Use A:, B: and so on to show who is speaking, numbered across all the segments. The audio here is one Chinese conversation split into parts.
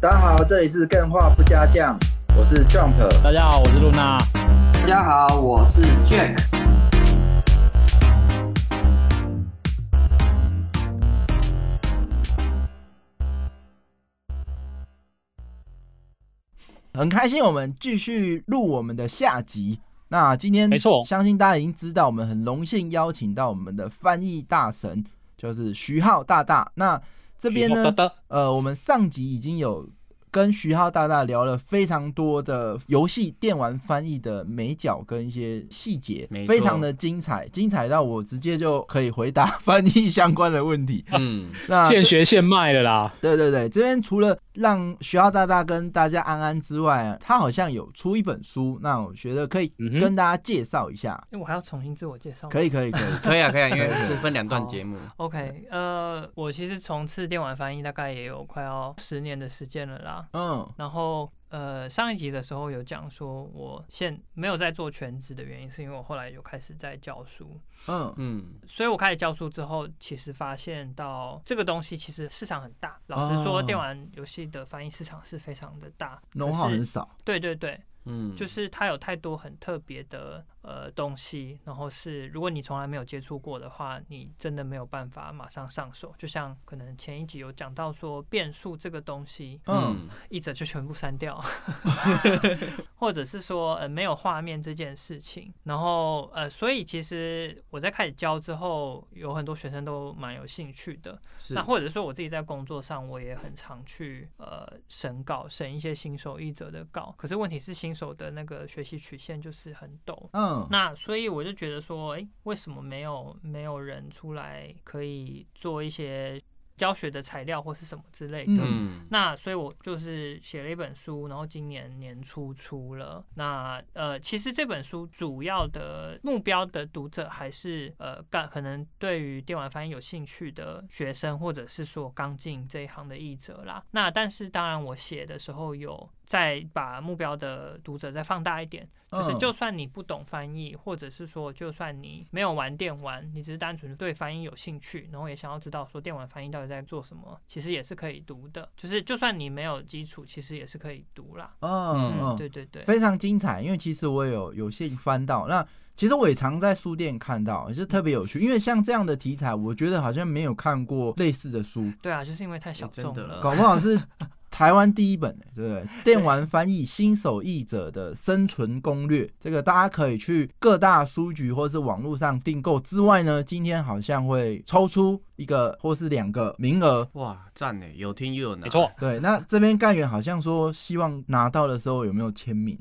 A: 大家好，这里是更画不加酱，我是 Jump。
B: 大家好，我是露娜。
C: 大家好，我是 Jack。
A: 很开心，我们继续录我们的下集。那今天
B: 没错
A: 相信大家已经知道，我们很荣幸邀请到我们的翻译大神，就是徐浩大大。那这边呢，
B: 哦哒哒
A: 呃，我们上集已经有跟徐浩大大聊了非常多的游戏电玩翻译的美角跟一些细节
D: 没，错
A: 非常的精彩，精彩到我直接就可以回答翻译相关的问 题。
D: 嗯，
A: 那
B: 现学现卖的啦。
A: 对对对，这边除了让徐浩大大跟大家安安之外，他好像有出一本书，那我觉得可以
B: 嗯哼
A: 跟大家介绍一下。
E: 哎，我还要重新自我介绍吗。
A: 可以可以可以，
D: 可以啊，可以啊，因为是分两段节目，
E: OK，呃，
A: 嗯
E: 我其实从事电玩翻译大概也有快要十年的时间了啦。
A: 嗯
E: 然后呃，上一集的时候有讲说，我现没有在做全职的原因，是因为我后来有开始在教书。
A: 嗯
D: 嗯，
E: 所以我开始教书之后，其实发现到这个东西其实市场很大。老实说，
A: 哦
E: 电玩游戏的翻译市场是非常的大，
A: 农号
E: 可是
A: 很少，
E: 对对对，
D: 嗯，
E: 就是它有太多很特别的呃东西，然后是如果你从来没有接触过的话，你真的没有办法马上上手。就像可能前一集有讲到说变数这个东西，
A: 嗯
D: 嗯，
E: 译者就全部删掉， 或者是说呃没有画面这件事情。然后呃，所以其实我在开始教之后，有很多学生都蛮有兴趣的。
D: 是
E: 那或者说我自己在工作上，我也很常去呃审稿，审一些新手译者的稿。可是问题是，新手的那个学习曲线就是很陡。
A: 嗯
E: 那所以我就觉得说，诶，为什么没有没有人出来可以做一些教学的材料或是什么之类的？
A: 嗯
D: 嗯，
E: 那所以，我就是写了一本书，然后今年年初出了。那呃，其实这本书主要的目标的读者还是呃，刚可能对于电玩翻译有兴趣的学生，或者是说刚进这一行的译者啦。那但是当然，我写的时候有再把目标的读者再放大一点，就是
A: 嗯
E: 就算你不懂翻译，或者是说就算你没有玩电玩，你只是单纯对翻译有兴趣，然后也想要知道说电玩翻译到底在做什么，其实也是可以读的。就是就算你没有基础，其实也是可以读啦。
A: 嗯嗯，
E: 对对对，
A: 非常精彩，因为其实我也有有幸翻到，那其实我也常在书店看到，也是特别有趣，因为像这样的题材，我觉得好像没有看过类似的书，
E: 对啊，就是因为太小
D: 真
E: 众
D: 的
E: 了。
A: 搞不好是台湾第一本、对不对？电玩翻译新手译者的生存攻略，这个大家可以去各大书局或是网络上订购。之外呢，今天好像会抽出一个或是两个名额。
D: 哇，赞呢，有听又有拿，
B: 没错，
A: 对，那这边干员好像说，希望拿到的时候有没有签名？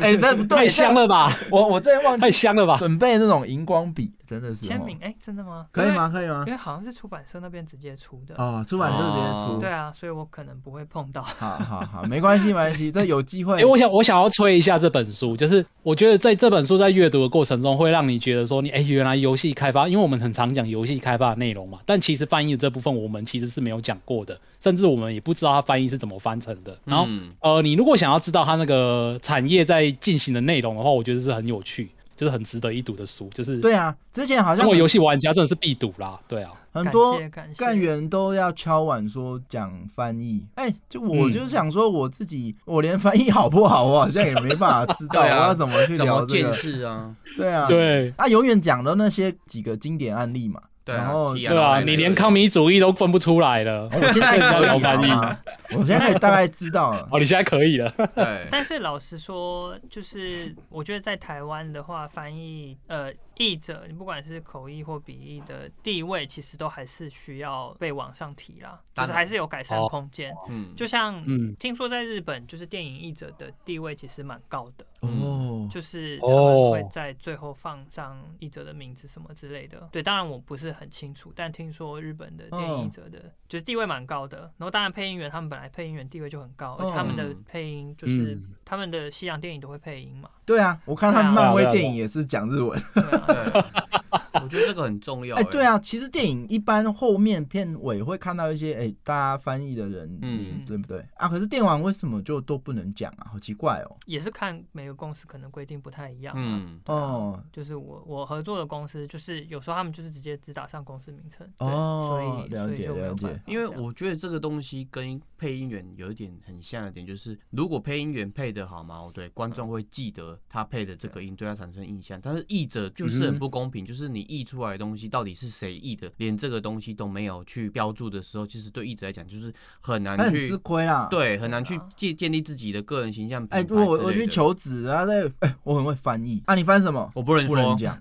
A: 哎、这不对，
B: 太香了吧，
A: 我我真的忘记
B: 太香了吧。
A: 准备那种荧光笔，真的是哦
E: 签名，哎、真的吗？
A: 可以吗？可以吗
E: 因为？因为好像是出版社那边直接出的。
A: 哦，出版社直接出，
D: 哦
E: 对啊，所以我可能不会碰到。
A: 好好好，没关系，没关系，这有机 会。
B: 哎、我想我想要吹一下这本书，就是我觉得在这本书在阅读的过程中，会让你觉得说你哎、原来游戏开发，因为我们很常讲游戏开发的内容嘛，但其实翻译的这部分我们其实是没有讲过的，甚至我们也不知道它翻译是怎么翻成的。然后、
D: 嗯
B: 呃，你如果想要知道它那个产业在进行的内容的话，我觉得是很有趣，就是很值得一读的书，就是
A: 对啊，之前好像
B: 如果游戏玩家真的是必读啦，对啊，
A: 很多
E: 感谢感谢
A: 干员都要敲碗说讲翻译。哎、就我
B: 嗯
A: 就是想说我自己，我连翻译好不好，我好像也没办法知道我
D: 对啊
A: 要怎么去
D: 怎
A: 聊
D: 么
A: 这
D: 见
A: 个。
D: 识啊？
A: 对啊，
B: 对
A: 啊，永远讲的那些几个经典案例嘛。
D: 对
A: 然后
D: 啊，
B: 对啊，你连康
D: 明，
B: 米主义都分不出来了，
A: 我现在可以
B: 聊
A: 好
B: 翻译
A: 吗？我现在可以大概知道 了。
B: 哦，你现在可以了，
D: 对，
E: 但是老实说，就是我觉得在台湾的话，翻译呃译者，你不管是口译或笔译的地位，其实都还是需要被往上提啦，就
D: 当然
E: 是还是有改善
B: 哦
E: 空间。
D: 嗯，
E: 就像、
B: 嗯
E: 听说在日本，就是电影译者的地位其实蛮高的，
A: 哦，
E: 就是他们
B: 哦
E: 会在最后放上译者的名字什么之类的。对，当然我不是很清楚，但听说日本的电影译者的、就是地位蛮高的。然后当然配音员他们本来配音员地位就很高，而且他们的
D: 嗯
E: 配音就是、
B: 嗯
E: 他们的西洋电影都会配音嘛。
A: 对啊，我看他们
E: 对啊
A: 漫威
B: 对啊
A: 电影也是讲日文。
E: 对啊，
D: 对，
E: 我
D: 觉得这个很重要。
A: 哎、对，啊，其实电影一般后面片尾会看到一些哎、大家翻译的人，嗯
D: 嗯，
A: 对不对啊？可是电玩为什么就都不能讲啊？好奇怪哦。
E: 也是看每个公司可能规定不太一样、啊。
D: 嗯，
A: 哦
E: 就是我我合作的公司，就是有时候他们就是直接只打上公司名称。对
A: 哦
E: 所以
A: 了解
E: 所以就没有
A: 了解
E: 办法
D: 因为
E: 这样
D: 我觉得这个东西跟配音员有一点很像的点，就是如果配音员配的好嘛，哦对观众会记得他配的这个音，对他产生印象。但是译者
A: 嗯
D: 就是很不公平，就是你译出来的东西到底是谁译的，连这个东西都没有去标注的时候，其实对译者来讲就是很
A: 他
D: 难
A: 很吃
D: 去。
A: 亏啦。，
D: 对，很难去
E: 啊
D: 建建立自己的个人形象。
A: 哎、
D: 品牌
A: 如果
D: 之
A: 我我
D: 类
A: 去
D: 的，
A: 求职啊，在哎、我很会翻译啊，你翻什么？
D: 我不能
A: 不能
D: 说，
A: 讲。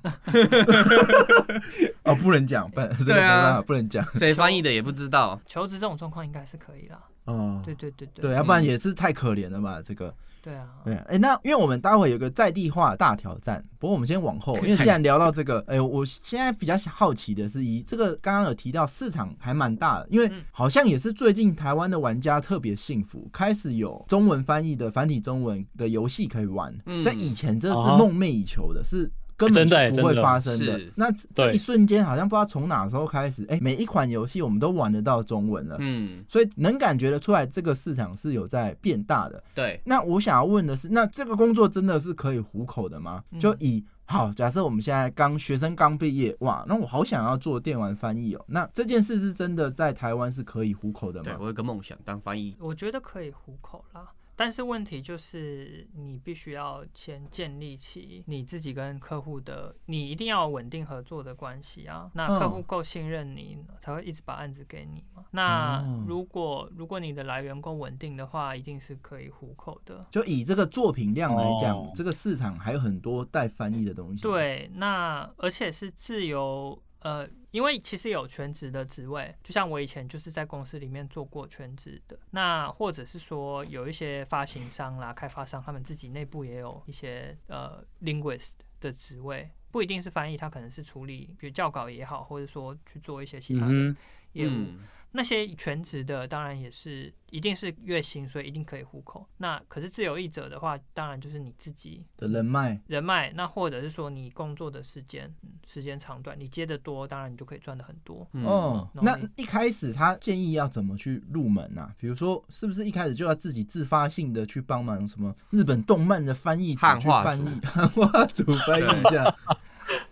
A: 哦，不能讲，不能，这个
D: 对啊
A: 没办法不能讲。
D: 谁翻译的也不知道。
E: 求职这种状况应该是可以啦。
A: 哦，
E: 对对对对
A: 对，
E: 对
A: 要不然
D: 嗯
A: 也是太可怜了嘛，这个。
E: 啊！
A: 对，哎，那因为我们待会有个在地化大挑战，不过我们先往 后，因为既然聊到这个，哎，我现在比较好奇的是，以这个刚刚有提到市场还蛮大的，因为
E: 嗯
A: 好像也是最近台湾的玩家特别幸福，开始有中文翻译的繁体中文的游戏可以玩，
D: 嗯啊
A: 在以前这是
B: 哦
A: 梦寐以求的，是。根本
B: 真的哎
A: 就不会
B: 真的
A: 发生的
D: 是。
A: 那这这
B: 对
A: 一瞬间，好像不知道从哪时候开始，哎，每一款游戏我们都玩得到中文了，
D: 嗯，
A: 所以能感觉得出来，这个市场是有在变大的。
D: 对，
A: 那我想要问的是，那这个工作真的是可以糊口的吗？
E: 嗯
A: 就以好，假设我们现在刚学生刚毕业，哇，那我好想要做电玩翻译哦。那这件事是真的在台湾是可以糊口的
D: 对
A: 吗
D: 我？有个梦想当翻译。
E: 我觉得可以糊口啦。但是问题就是，你必须要先建立起你自己跟客户的，你一定要有稳定合作的关系啊。那客户
A: 嗯
E: 够信任你，才会一直把案子给你嘛。那
A: 哦
E: 如果如果你的来源够稳定的话，一定是可以糊口的。
A: 就以这个作品量来讲，
B: 哦
A: 这个市场还有很多待翻译的东西。，
E: 对，那而且是自由，呃，因为其实有全职的职位，就像我以前就是在公司里面做过全职的，那或者是说有一些发行商啦、开发商，他们自己内部也有一些呃 linguist 的职位。不一定是翻译，他可能是处理，比如校稿也好，或者说去做一些其他的
B: 嗯
E: 业务。
D: 嗯
E: 那些全职的当然也是一定是月薪，所以一定可以糊口。那可是自由译者的话，当然就是你自己
A: 的人脉
E: 人脉，那或者是说你工作的时间、嗯时间长短，你接的多，当然你就可以赚的很多。
D: 嗯
A: 哦。
E: 嗯
A: 那一开始他建议要怎么去入门啊？比如说，是不是一开始就要自己自发性的去帮忙什么日本动漫的翻译组
D: 汉
A: 去
D: 化
A: 翻
D: 组
A: 译 汉化组翻译一下，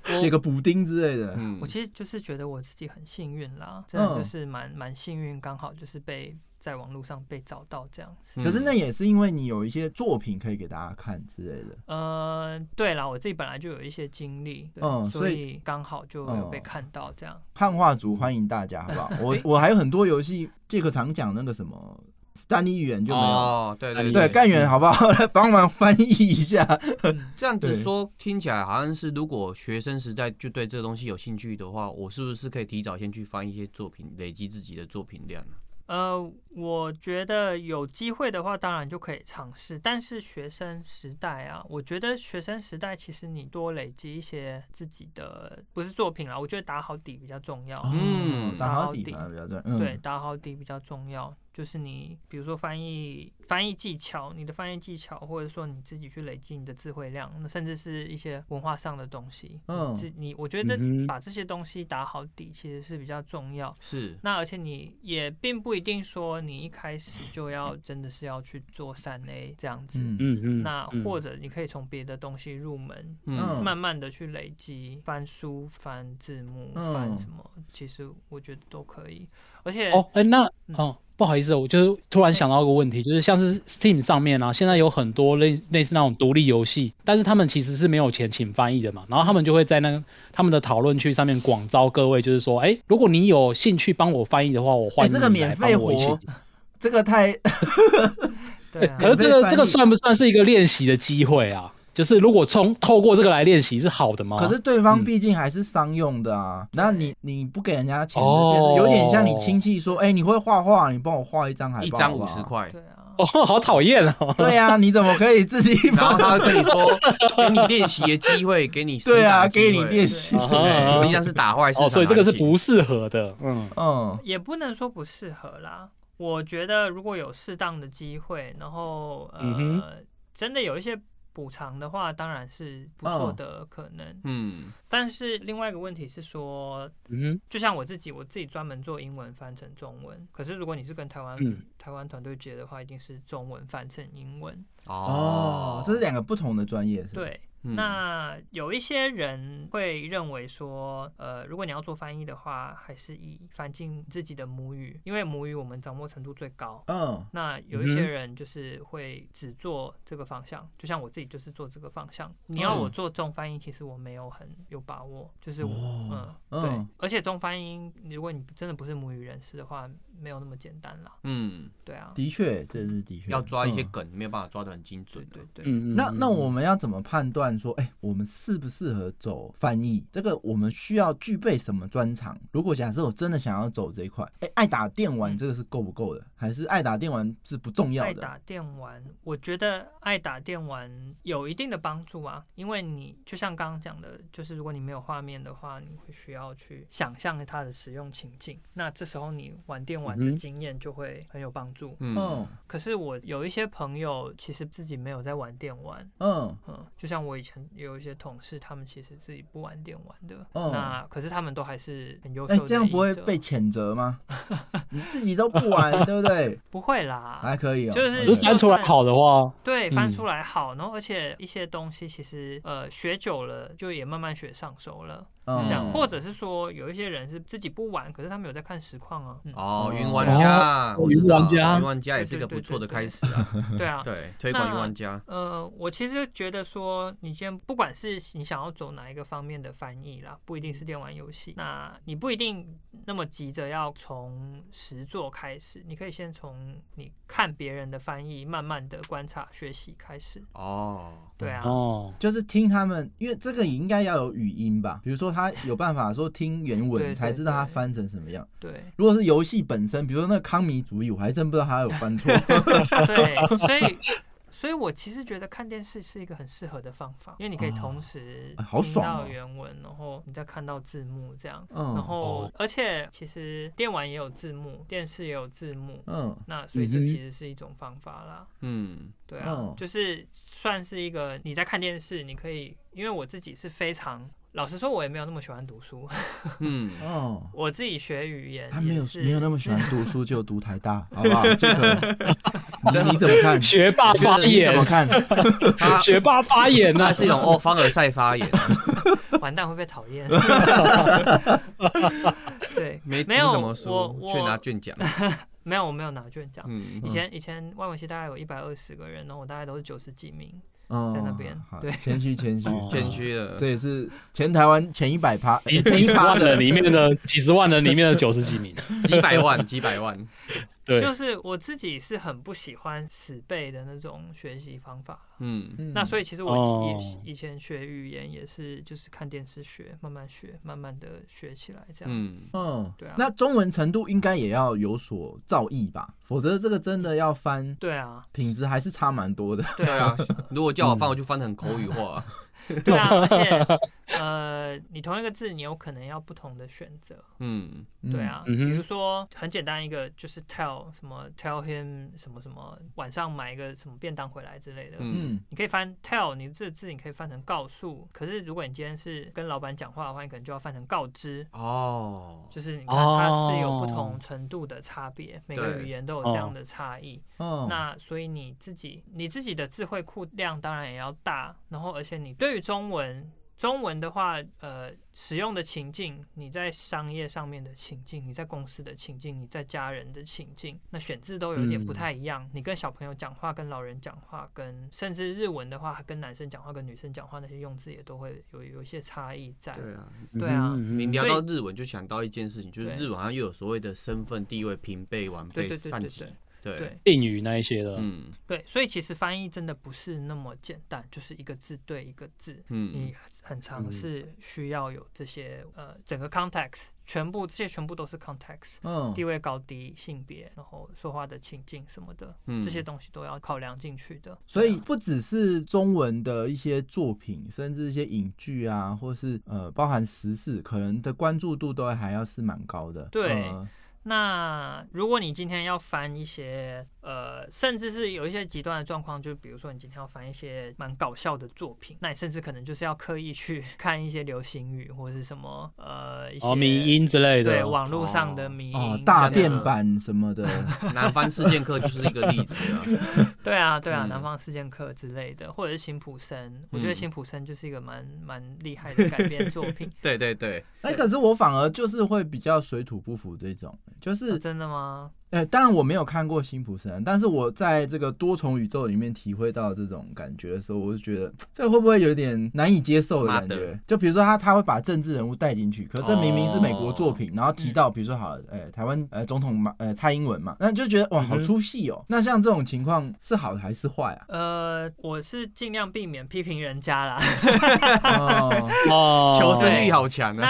E: 我
A: 写个补丁之类的。
D: 嗯
E: 我其实就是觉得我自己很幸运啦，真的
A: 嗯
E: 就是蛮蛮幸运，刚好就是被在网络上被找到这样子。
D: 嗯
A: 可是那也是因为你有一些作品可以给大家看之类的。
E: 呃，对啦，我自己本来就有一些经历，对
A: 嗯所
E: 所
A: 以
E: 以刚好就有被
A: 嗯
E: 看到这样。
A: 汉化组欢迎大家，好不好？
D: 嗯
A: 我我还有很多游戏，杰克常讲那个什么单一语言就没有。哎
D: 哦，对对
A: 对，干员好不好？ 来帮忙翻译一下。
E: 嗯
D: 这样
A: 对
D: 子说听起来好像是，如果学生时代就对这个东西有兴趣的话，我是不是可以提早先去翻一些作品，累积自己的作品量呢？啊
E: 呃，我觉得有机会的话，当然就可以尝试。但是学生时代啊，我觉得学生时代其实你多累积一些自己的，不是作品啦，我觉得打好底比较重要。
D: 嗯
A: 哦打好底
E: 打
A: 嘛
E: 好
A: 比较对。嗯
E: 对，，打好底比较重要。就是你，比如说翻译翻译技巧，你的翻译技巧，或者说你自己去累积你的智慧量，那甚至是一些文化上的东西。
A: 嗯
E: 自你我觉得
B: 嗯哼
E: 把这些东西打好底，其实是比较重要。
D: 是，
E: 那而且你也并不一定说你一开始就要真的是要去做三 A 这样子，
A: 嗯，
B: 嗯嗯，
E: 那或
B: 者
E: 者你可以从别的东西入门，
A: 嗯
E: 慢慢的去累积，翻书、翻字幕、
A: 嗯
E: 翻什么，其实我觉得都可以。而且，
B: 哦，哎、那
E: 嗯
B: 哦。不好意思哦，我就是突然想到一个问题，就是像是 Steam 上面啊，现在有很多类类似那种独立游戏，但是他们其实是没有钱请翻译的嘛，然后他们就会在那个他们的讨论区上面广招各位，就是说，哎、如果你有兴趣帮我翻译的话，我欢
A: 哎，
B: 迎
A: 这个
B: 你
A: 免
B: 来
A: 费
B: 帮我一起
A: 活，这个太
E: 对啊
B: 可，是
A: 免费
B: 这个
A: 翻译
B: 这个算不算是一个练习的机会啊？就是如果从透过这个来练习是好
D: 哦
B: 的吗？
A: 可是对方
B: 嗯
A: 毕竟还是商用的啊，那你你不给人家钱，
B: 哦
A: 就是有点像你亲戚说，哎，你会画画，你帮我画一张海报，
D: 一张
A: 好不
D: 五
A: 好
D: 十。 块，
E: 对啊，
B: 哦，好讨厌哦！
A: 对呀，你怎么可以自己
D: 然
A: 帮
D: 后他会跟你说，给你练习的机会，给你
A: 对啊，给
D: 生长的哦机
A: 你
D: 会
A: 练习。
B: 啊哈啊
D: 对
B: 哈
D: 实际上是打坏市场
B: 哦，所以这个是
D: 行情
B: 不适合的。嗯，
A: 嗯，
E: 也不能说不适合啦。我觉得如果有适当的机会，然后呃，
B: 嗯哼
E: 真的有一些。补偿的话，当然是不错的可能。
D: 嗯，
E: 但是另外一个问题是说，
B: 嗯
E: 就像我自己，我自己专门做英文翻成中文。可是如果你是跟台湾、
B: 嗯
E: 台湾团队接的话，一定是中文翻成英文。
A: 哦，这是两个不同的专业，是吧，
E: 对，
D: 嗯
E: 那有一些人会认为说，呃，如果你要做翻译的话，还是以翻进自己的母语，因为母语我们掌握程度最高。
A: 嗯，
E: 那有一些
B: 嗯哼
E: 人就是会只做这个方向，就像我自己就是做这个方向。你要
D: 嗯
E: 我做中翻译，其实我没有很有把握，就是我、
A: 哦
E: 嗯
A: 嗯
E: 对，而且中翻译如果你真的不是母语人士的话，没有那么简单啦。
D: 嗯，
E: 对啊，
A: 的确，这是的确
D: 要抓一些
A: 嗯
D: 梗，没有办法抓得很精准、
E: 对
D: 啊。
E: 对对，
B: 嗯，
A: 那那我
B: 们
A: 们要怎么判断说，哎、我们适不适合走翻译？这个我们需要具备什么专长？如果假设我真的想要走这一块，哎、爱打电玩
E: 嗯
A: 这个是够不够的？还是爱打电玩是不重要
E: 爱
A: 的？
E: 打电玩，我觉得爱打电玩有一定的帮助啊，因为你就像刚刚讲的，就是如果你没有画面的话，你会需要去想象它的使用情境，那这时候你玩电玩
B: 嗯
E: 的
B: 哼
E: 经验就会很有帮助。
D: 嗯
A: 嗯
E: 可是我有一些朋友其实自己没有在玩电玩。
A: 嗯
E: 嗯，就像我以前有一些同事，他们其实自己不玩电玩的，
A: 哦
E: 那可是他们都还是很优秀
A: 哎、
E: 的译者。
A: 这样不会被谴责 吗？你自己都不玩，对不对？
E: 不会啦，
A: 还可以哦、
E: 就是
B: 就翻出来好的话，
E: 对，
B: 嗯
E: 翻出来好，然后而且一些东西其实呃学久了就也慢慢学上手了，
A: 嗯
E: 这样，
D: 嗯
E: 或者是说有一些人是自己不玩，可是他们有在看实况啊，嗯，
D: 哦，
A: 哦
D: 云玩家，
B: 哦
D: 我知道
B: 云玩家
D: 云玩家也是一个不错的开始啊。
E: 对啊，
D: 对，推广
E: 那
D: 云玩家，
E: 呃，我其实觉得说，你先不管是你想要走哪一个方面的翻译啦，不一定是电玩游戏，那你不一定那么急着要从实作开始，你可以先从你看别人的翻译，慢慢的观察学习开始，
D: 哦，
E: 对啊，
B: 哦，
A: 就是听他们，因为这个也应该要有语音吧？比如说他有办法说听原
E: 对
A: 文
E: 对
A: 才知道它
E: 对
A: 翻成什么样。
E: 对。
A: 如果是游戏本身，比如说那个康米主义，我还真不知道它有翻 错。
E: 啊对，所以，所以我其实觉得看电视是一个很适合的方法，因为你可以同时
A: 哎好
E: 听
A: 爽
E: 到
A: 哦
E: 原文，然后你再看到字幕这样。
A: 嗯
E: 然后
B: 哦，
E: 而且其实电玩也有字幕，电视也有字幕，
A: 嗯，
E: 那所以这
B: 嗯哼
E: 其实是一种方法啦。
D: 嗯，
E: 对啊
A: 哦，
E: 就是算是一个你在看电视，你可以，因为我自己是非常。老实说，我也没有那么喜欢读书。
D: 嗯，
A: 哦，
E: 我自己学语言，
A: 他没有
E: 是
A: 没有那么喜欢读书，就读台大，好不好？这个 你你怎么看？
B: 学霸
A: 这个
B: 发
A: 你怎么
B: 言，
A: 看？
D: 他
B: 学霸发言呐
D: 他，是一 种哦凡尔赛发言，啊
E: 完蛋会被讨 厌。对，
D: 没
E: 没
D: 读
E: 有
D: 什么书
E: 我，
D: 却拿
E: 我
D: 卷奖。
E: 没有我没有拿卷奖。
D: 嗯
E: 以前以前外文系大概有一百二十个人，然后我大概都是九十几名。
A: 哦
E: 在那边
A: 好
E: 对
A: 谦虚谦虚
B: 哦，
D: 谦虚了，
A: 这也是前台湾前一百趴，
B: 几
A: 呃前
B: 几
A: 一
B: 十
A: 趴
B: 万
A: 的
B: 人里面的几十万人里面的九十几名，
D: 几百万，几百万，
B: 对，
E: 就是我自己是很不喜欢死背的那种学习方法，
D: 嗯
A: 嗯
E: 那所以其实我
B: 哦
E: 以以前学语言也是就是看电视学，慢慢学，慢慢的学起来这样。
D: 嗯，
A: 嗯
E: 对啊，
A: 那中文程度应该也要有所造诣吧，否则这个真的要翻
E: 对啊，
A: 品质还是差蛮多的。
E: 对
D: 对啊，如果叫我翻，我就翻得很口语化。
E: 对啊，而且呃，你同一个字，你有可能要不同的选择。
D: 嗯
E: 对啊，
B: 嗯哼
E: 比如说很简单一个就是 tell 什么 tell him 什么什么晚上买一个什么便当回来之类的，
D: 嗯
A: 嗯，
E: 你可以翻 tell，你这个字你可以翻成告诉，可是如果你今天是跟老板讲话的话，你可能就要翻成告知。
D: 哦，
E: 就是你看，它是有
B: 哦
E: 不同程度的差别每个
D: 对
E: 语言都有这样的差异。
B: 嗯
A: 哦，
E: 那所以你自己你自己的智慧库量当然也要大，然后而且你对于中文中文的话，呃，使用的情境，你在商业上面的情境，你在公司的情境，你在家人的情境，那选字都有点不
B: 嗯
E: 太一样。你跟小朋友讲话，跟老人讲话，跟甚至日文的话，跟男生讲话，跟女生讲话，那些用字也都会有有一些差异在。
D: 对啊，
E: 对啊
B: 嗯
D: 你
B: 嗯嗯
D: 聊到日文就想到一件事情，就是
E: 对
D: 日文好像又有所谓的身份地位、平辈、晚
E: 对
D: 辈、
E: 对对
D: 上
E: 对
D: 级
E: 对，
D: 对，
E: 对
B: 定语那一些的，
D: 嗯
E: 对，所以其实翻译真的不是那么简单，就是一个字对一个字。
D: 嗯
E: 你很尝
B: 嗯
E: 试需要有这些呃整个 context，全部这些全部都是 context，
A: 嗯
E: 地位高低、性别，然后说话的情境什么的，
D: 嗯
E: 这些东西都要考量进去的。
A: 所以
E: 对啊
A: 不只是中文的一些作品，甚至一些影剧啊，或是呃包含时事，可能的关注度都还要是蛮高的。
E: 对
A: 呃
E: 那如果你今天要翻一些呃，甚至是有一些极端的状况，就比如说你今天要翻一些蛮搞笑的作品，那你甚至可能就是要刻意去 看一些流行语或者是什么呃一些
B: 哦，迷音之类的，
E: 对网络上的迷音、
A: 哦，大
E: 这
A: 便
E: 样的
A: 版什么的，
D: 南方事件课就是一个例子啊。
E: 对啊，对啊，
D: 嗯
E: 南方四剑客之类的，或者是辛普森，我觉得
D: 嗯
E: 辛普森就是一个蛮蛮厉害的改编作品。 啊
D: 对对对，
A: 哎，可是我反而就是会比较水土不服这种，就是
E: 是真的吗？？
A: 呃，当然我没有看过《辛普森》，但是我在这个多重宇宙里面体会到这种感觉的时候，我就觉得这会不会有点难以接受的感
D: 妈
A: 觉
D: 的？
A: 就比如说他他会把政治人物带进去，可是这明明是美国作品，然后提到比如说好了，呃，台湾呃总统嘛，呃蔡英文嘛，那就觉得哇
B: 嗯哼
A: 好出戏哦。那像这种情况是好还是坏啊
E: 呃，我是尽量避免批评人家啦。
A: 哦，
B: 哦，
D: 求生欲好强啊！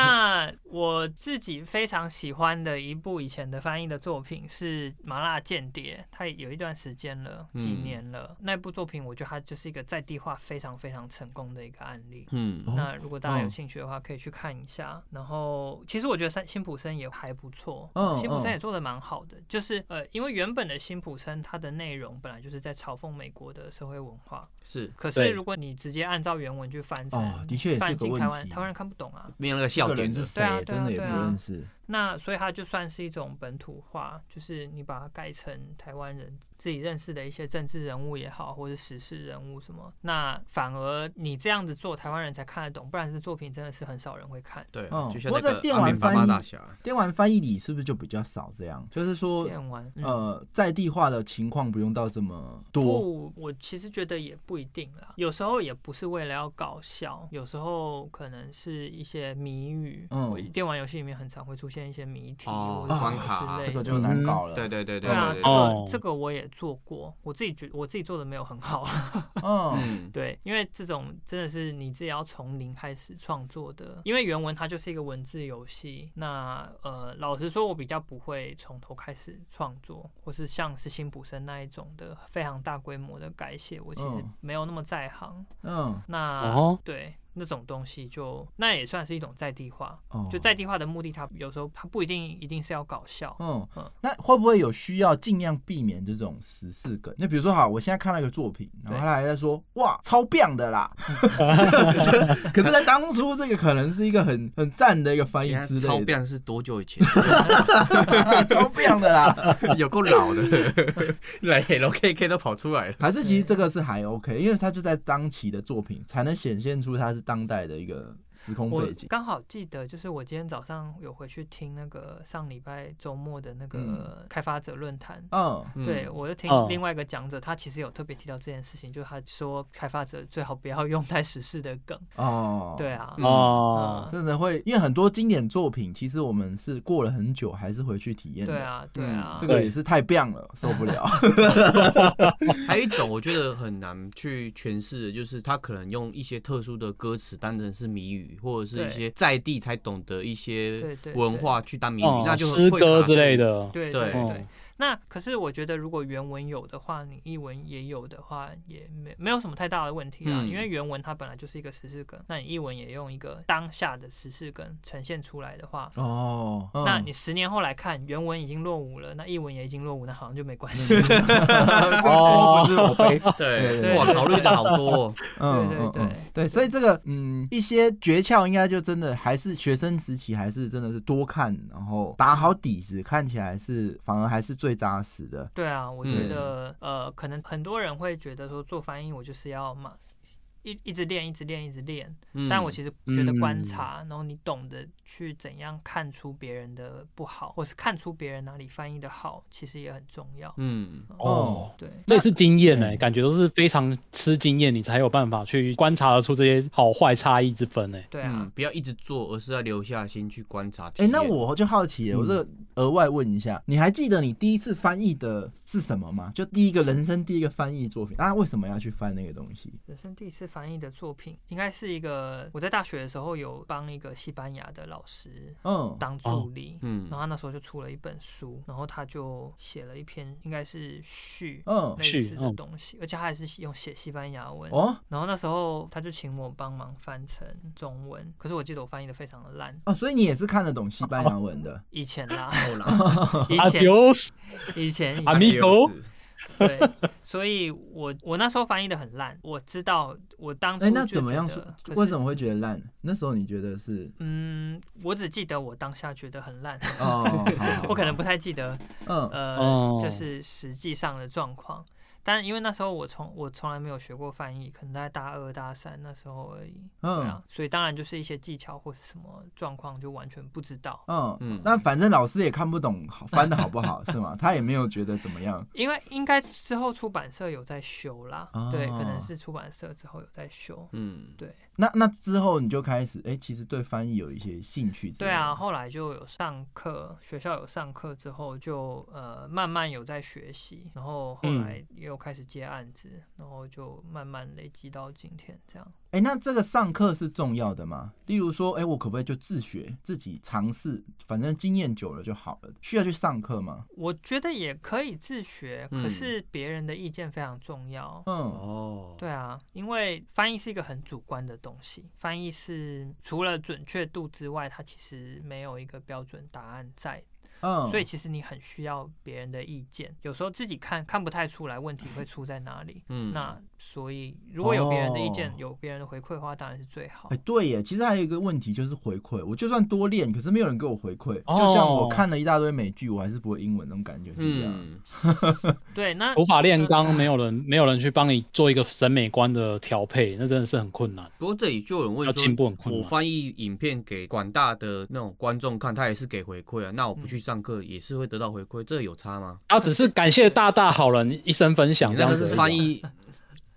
E: 那我自己非常喜欢的一部以前的翻译的作品是《麻辣间谍》，它也有一段时间了，
D: 嗯
E: 几年了。那部作品我觉得它就是一个在地化非常非常成功的一个案例。
D: 嗯
A: 哦
E: 那如果大家有
A: 嗯
E: 兴趣的话，可以去看一下。然后，其实我觉得三辛普森也还不错，
A: 嗯
E: 辛普森
A: 嗯
E: 也做的蛮好的。就是呃，因为原本的辛普森它的内容本来就是在嘲讽美国的社会文化，
D: 是
E: 可
B: 对
E: 是如果你直接按照原文去翻成，
A: 哦的确也是
E: 翻
A: 个
E: 进
A: 问
E: 台湾，
A: 题
E: 台湾人看不懂啊。
D: 没有那个
A: 这
D: 笑
A: 个人
D: 点
A: 是
D: 的。
A: 谁
E: 对啊？对啊
A: 真的也不
E: 对啊
A: 认识。
E: 那所以它就算是一种本土化，就是你把它改成台湾人自己认识的一些政治人物也好，或者时事人物什么，那反而你这样子做，台湾人才看得懂，不然这作品真的是很少人会看。
D: 对
A: 哦，
D: 就像
A: 不过
D: 那
A: 在
D: 个
A: 电
D: 阿
A: 玩
D: 明爸
A: 翻
D: 爸
A: 译
D: 大侠，
A: 电玩翻译里是不是就比较少这样？就是说。
E: 电玩，嗯、
A: 呃，在地化的情况不用到这么多，
E: 不，我其实觉得也不一定啦。有时候也不是为了要搞笑，有时候可能是一些谜语。
A: 嗯
E: 我电玩游戏里面很常会出现一些谜题
D: 哦
E: 或者
A: 关啊
E: 什么
D: 卡
E: 之类
A: 这个
E: 的
A: 就难搞了。
D: 对对嗯对
E: 对啊，
D: 对
E: 这
D: 对，
E: 个
B: 哦
E: 这个我也做过，我自己觉我自己做的没有很好，
A: 嗯，
D: 嗯，
E: 对，因为这种真的是你自己要从零开始创作的，因为原文它就是一个文字游戏。那呃，老实说，我比较不会从头开始创作，或是像是辛普森那一种的非常大规模的改写，我其实
A: 嗯
E: 没有那么在行。
A: 嗯，
E: 那、
B: 哦
E: 对那种东西就那也算是一种在地化，
A: 哦，
E: 就在地化的目的，它有时候它不一定一定是要搞笑。
A: 嗯
E: 嗯，
A: 那会不会有需要尽量避免这种十四梗？那比如说，好，我现在看到一个作品，然后
E: 对
A: 他还在说，哇，超棒的啦。 可是，在当初这个可能是一个很很赞的一个翻译
D: 人
A: 之
D: 家超
A: 类的，
D: 变是多久以前？
A: 超棒的啦。
D: 有够老的， 来 Hello KK 都跑出来了。
A: 还是其实这个是还
E: 嗯
A: OK，因为他就在当期的作品才能显现出他是当代的一个时空
E: 我
A: 背景。
E: 刚好记得，就是我今天早上有回去听那个上礼拜周末的那个开发者论坛。
A: 嗯，
D: 嗯
E: 对，我就听
B: 哦
E: 另外一个讲者，他其实有特别提到这件事情，就是他说开发者最好不要用太时事的梗。
A: 哦，
E: 对啊，
D: 嗯
B: 哦，
A: 真的会，因为很多经典作品，其实我们是过了很久还是回去体验的。
E: 对啊，对
A: 嗯
E: 啊，
A: 这个也是太棒了，受不了。
D: 还有一种我觉得很难去诠释的，就是他可能用一些特殊的歌词当成是谜语，或者是一些在地才懂得一
E: 对
D: 些
E: 对
D: 文化去当谜语，
B: 哦
D: 那就
B: 诗
D: 会
B: 歌
D: 卡
B: 之类
D: 住。
B: 的，
E: 对
D: 对
E: 对
B: 哦
E: 对。那可是我觉得，如果原文有的话，你译文也有的话，也没没有什么太大的问题啦。
D: 嗯
E: 因为原文它本来就是一个时事梗，那你译文也用一个当下的时事梗呈现出来的话，
A: 哦，嗯
E: 那你十年后来看，原文已经落伍了，那译文也已经落伍，那好像就没关系。 哦
A: 锅不是我背。对
D: 对，
A: 对
D: 哇，
E: 对
D: 考虑的好多哦。
A: 嗯
E: 对
A: 嗯
E: 对
A: 嗯，对，所以这个嗯，一些诀窍应该就真的还是学生时期，还是真的是多看，然后打好底子，看起来是反而还是最扎实的。
E: 对啊，我觉
D: 嗯
E: 得、呃，可能很多人会觉得说做翻译我就是要嘛。一一直练，一直练，一直练。
D: 嗯
E: 但我其实觉得观
B: 嗯
E: 察，然后你懂得去怎样看出别人的不好，或是看出别人哪里翻译的好，其实也很重要。
D: 嗯，
A: 哦，
E: 对，
B: 这也是经验呢、
A: 嗯
B: 感觉都是非常吃经验，你才有办法去观察得出这些好坏差异之分呢、
E: 对啊，
D: 嗯，不要一直做，而是要留下心去观察。
A: 哎，那
D: 体验
A: 我就好奇了，我这个
E: 嗯
A: 额外问一下，你还记得你第一次翻译啊的是什么吗？就第一个人生第一个翻译作品，那为什么要去翻那个东西？
E: 人生第一次翻译的作品，应该是一个我在大学的时候有帮一个西班牙的老师
A: 嗯，
E: 当助理，
D: 哦嗯
E: 然后他那时候就出了一本书，然后他就写了一篇应该是序
D: 哦
A: 嗯
E: 类
B: 序
E: 似的
B: 嗯
E: 东西，而且他还是用写西班牙文。
A: 哦
E: 然后那时候他就请我帮忙翻成中文，可是我记得我翻译的非常的烂，
A: 哦，所以你也是看得懂西班牙文的，
E: 以 前啦，
D: 后啦，
E: 以
A: 啊
E: 前
B: Adios，
E: 以前以
B: 啊
E: 前
B: 咪 Amigo
E: 对，所以我我那时候翻译的很烂，我知道我当初
A: 哎，那
E: 就
A: 怎么
E: 觉
A: 样
E: 得
A: 说？
E: 可
A: 为
E: 是
A: 什么会觉得烂？那时候你觉得 是
E: 嗯，我只记得我当下觉得 很烂，
A: 哦，好
E: 我可能不太记得
A: 嗯
E: 呃，
B: 哦
E: 就是实际上的状况。但因为那时候我从我从来没有学过翻译，可能在大二大三那时候而已，对
A: 嗯
E: 啊，所以当然就是一些技巧或是什么状况就完全不知道。
A: 嗯
D: 嗯
A: 那反正老师也看不懂好翻的好不好是吗？他也没有觉得怎么样。
E: 因为应该之后出版社有在修啦，
A: 哦
E: 对，可能是出版社之后有在修，
D: 嗯，
E: 对
A: 那那之后你就开始哎，其实对翻译有一些兴趣。
E: 对啊，，后来就有上课，学校有上课之后就呃慢慢有在学习，然后后
B: 嗯
E: 来也有开始接案子，然后就慢慢累积到今天这样。
A: 哎，那这个上课是重要的吗？例如说，哎，我可不可以就自学，自己尝试，反正经验久了就好了，需要去上课吗？
E: 我觉得也可以自学，
D: 嗯
E: 可是别人的意见非常重要。
A: 嗯
D: 哦，
E: 对啊，因为翻译是一个很主观的东西，翻译是除了准确度之外，它其实没有一个标准答案在，
A: 嗯，
E: 所以其实你很需要别人的意见。有时候自己看看不太出来问题会出在哪里，
D: 嗯，
E: 那所以如果有别人的意见
A: 哦，
E: 有别人的回馈的话，当然是最好
A: 哎、。对耶，其实还有一个问题就是回馈，我就算多练，可是没有人给我回馈。
B: 哦
A: 就像我看了一大堆美剧，我还是不会英文，那种感觉是这样。
D: 嗯，
E: 对，那
B: 头发炼钢，没有人没有人去帮你做一个审美观的调配，那真的是很困难。
D: 不过这里就有人问
B: 要进步很
D: 说，
B: 困
D: 我
B: 难
D: 翻译影片给广大的那种观众看，他也是给回馈啊，那我不
E: 嗯
D: 去上课也是会得到回馈，这有差吗？
B: 啊，只是感谢大大好人一生分享
D: 你
B: 这
D: 那
B: 样
D: 个
B: 子而已
D: 是
B: 啊。
D: 翻译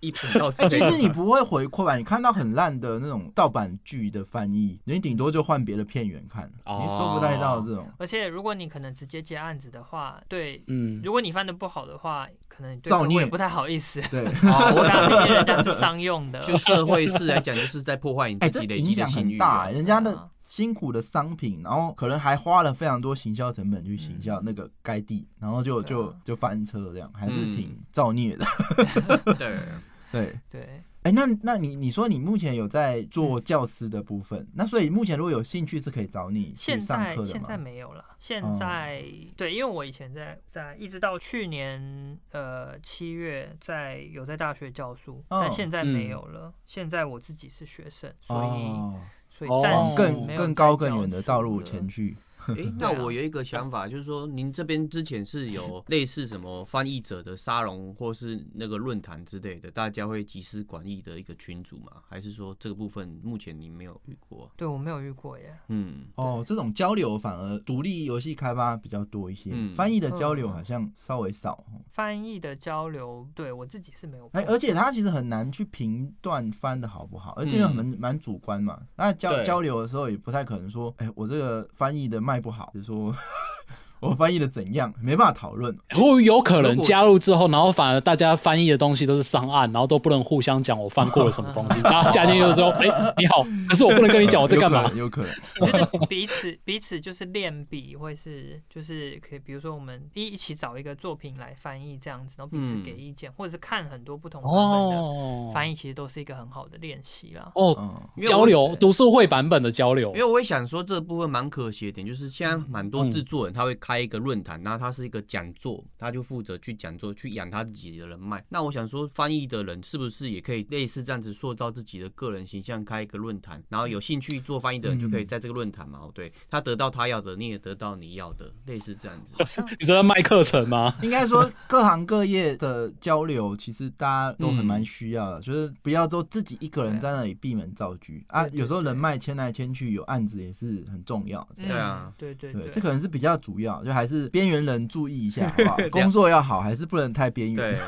D: 一频道之
A: 哎、
D: 类
A: 其
D: 的
A: 实你不会回馈吧？你看到很烂的那种盗版剧的翻译，你顶多就换别的片源看，
D: 哦
A: 你收不太到这种。
E: 而且如果你可能直接接案子的话，对，
B: 嗯，
E: 如果你翻的不好的话，可能对
A: 造
E: 客户也
A: 孽
E: 不太好意思。
A: 对，
D: 哦，我
E: 我刚毕竟人家是商用的，
D: 就社会式来讲，就是在破坏你
A: 哎、
D: 自
A: 这
D: 己累
A: 影
D: 积的
A: 响
D: 信
A: 很
D: 誉
A: 大、
D: 啊
A: 哎。人家
E: 对
A: 的
E: 啊
A: 辛苦的商品，然后可能还花了非常多行销成本去行销那个该地，然后就
E: 对啊
A: 就就翻车这样，还是
D: 嗯
A: 挺造孽的。
D: 对，
A: 对。
E: 对，
A: 哎、那那你你说你目前有在做
B: 嗯
A: 教师的部分，那所以目前如果有兴趣是可以找你去
E: 现
A: 上
E: 在
A: 课的
E: 现在
A: 吗？
E: 没有了。现
A: 哦
E: 在、对，因为我以前在在一直到去年呃七月在有在大学教书，
A: 哦
E: 但现在没
B: 嗯
E: 有了。现在我自己是学生，所以、
A: 哦，
E: 所
B: 哦
E: 以暂
A: 往
E: 时
A: 更
E: 没有
A: 更
E: 在
A: 高更
E: 教
A: 远的
E: 书
A: 道路
E: 了
A: 前去。
D: 哎，那我有一个想法，就是说，您这边之前是有类似什么翻译者的沙龙，或是那个论坛之类的，大家会集思广益的一个群组吗？还是说这个部分目前您没有遇过？
E: 对我没有遇过耶。
D: 嗯，
A: 哦，这种交流反而独立游戏开发比较多一些，
D: 嗯
A: 翻译的交流
E: 嗯
A: 好像稍微少。
E: 翻译的交流，对我自己是没有碰
A: 哎、
E: 过。
A: 而且它其实很难去评断翻的好不好，而且
D: 嗯
A: 很蛮蛮主观嘛。那交
D: 对
A: 交流的时候也不太可能说，哎、我这个翻译的卖不好，就是说 我翻译的怎样，没办法讨论。
B: 如果有可
D: 如
B: 能
D: 果
B: 加入之后，然后反而大家翻译的东西都是上岸，然后都不能互相讲我翻过了什么东西，大家加进去 就说：“哎、你好，可是我不能跟你讲我在干嘛。
A: 有可能，有可能。
E: 我觉得彼此 彼此就是练笔，会是就是可以，比如说我们一一起找一个作品来翻译这样子，然后彼此
D: 嗯
E: 给意见，或者是看很多不同”版本的
B: 哦，
E: 翻译，其实都是一个很好的练习啦。
B: 哦，
A: 嗯，
D: 因为
B: 交
D: 我
B: 流读书会版本的交流
D: 因，为我也想说这部分蛮可惜的点，就是现在蛮多制作人他会开一个论坛，那他是一个讲座，他就负责去讲座，去养他自己的人脉。那我想说，翻译的人是不是也可以类似这样子塑造自己的个人形象，开一个论坛，然后有兴趣做翻译的人就可以在这个论坛嘛，哦对他得到他要的，你也得到你要的，类似这 样子。
B: 你知道卖课程吗？
A: 应该说，各行各业的交流，其实大家都很蛮需要的，就是不要说自己一个人在那里闭门造车啊
E: 对。对
A: 有时候
E: 对
A: 人脉牵来牵去，有案子也是很重要的。
E: 嗯
D: 对啊，
E: 对对
A: 对，这可能是比较主要，就还是边缘人注意一下，好不 好？工作要好，还是不能太边
D: 对
A: 缘。，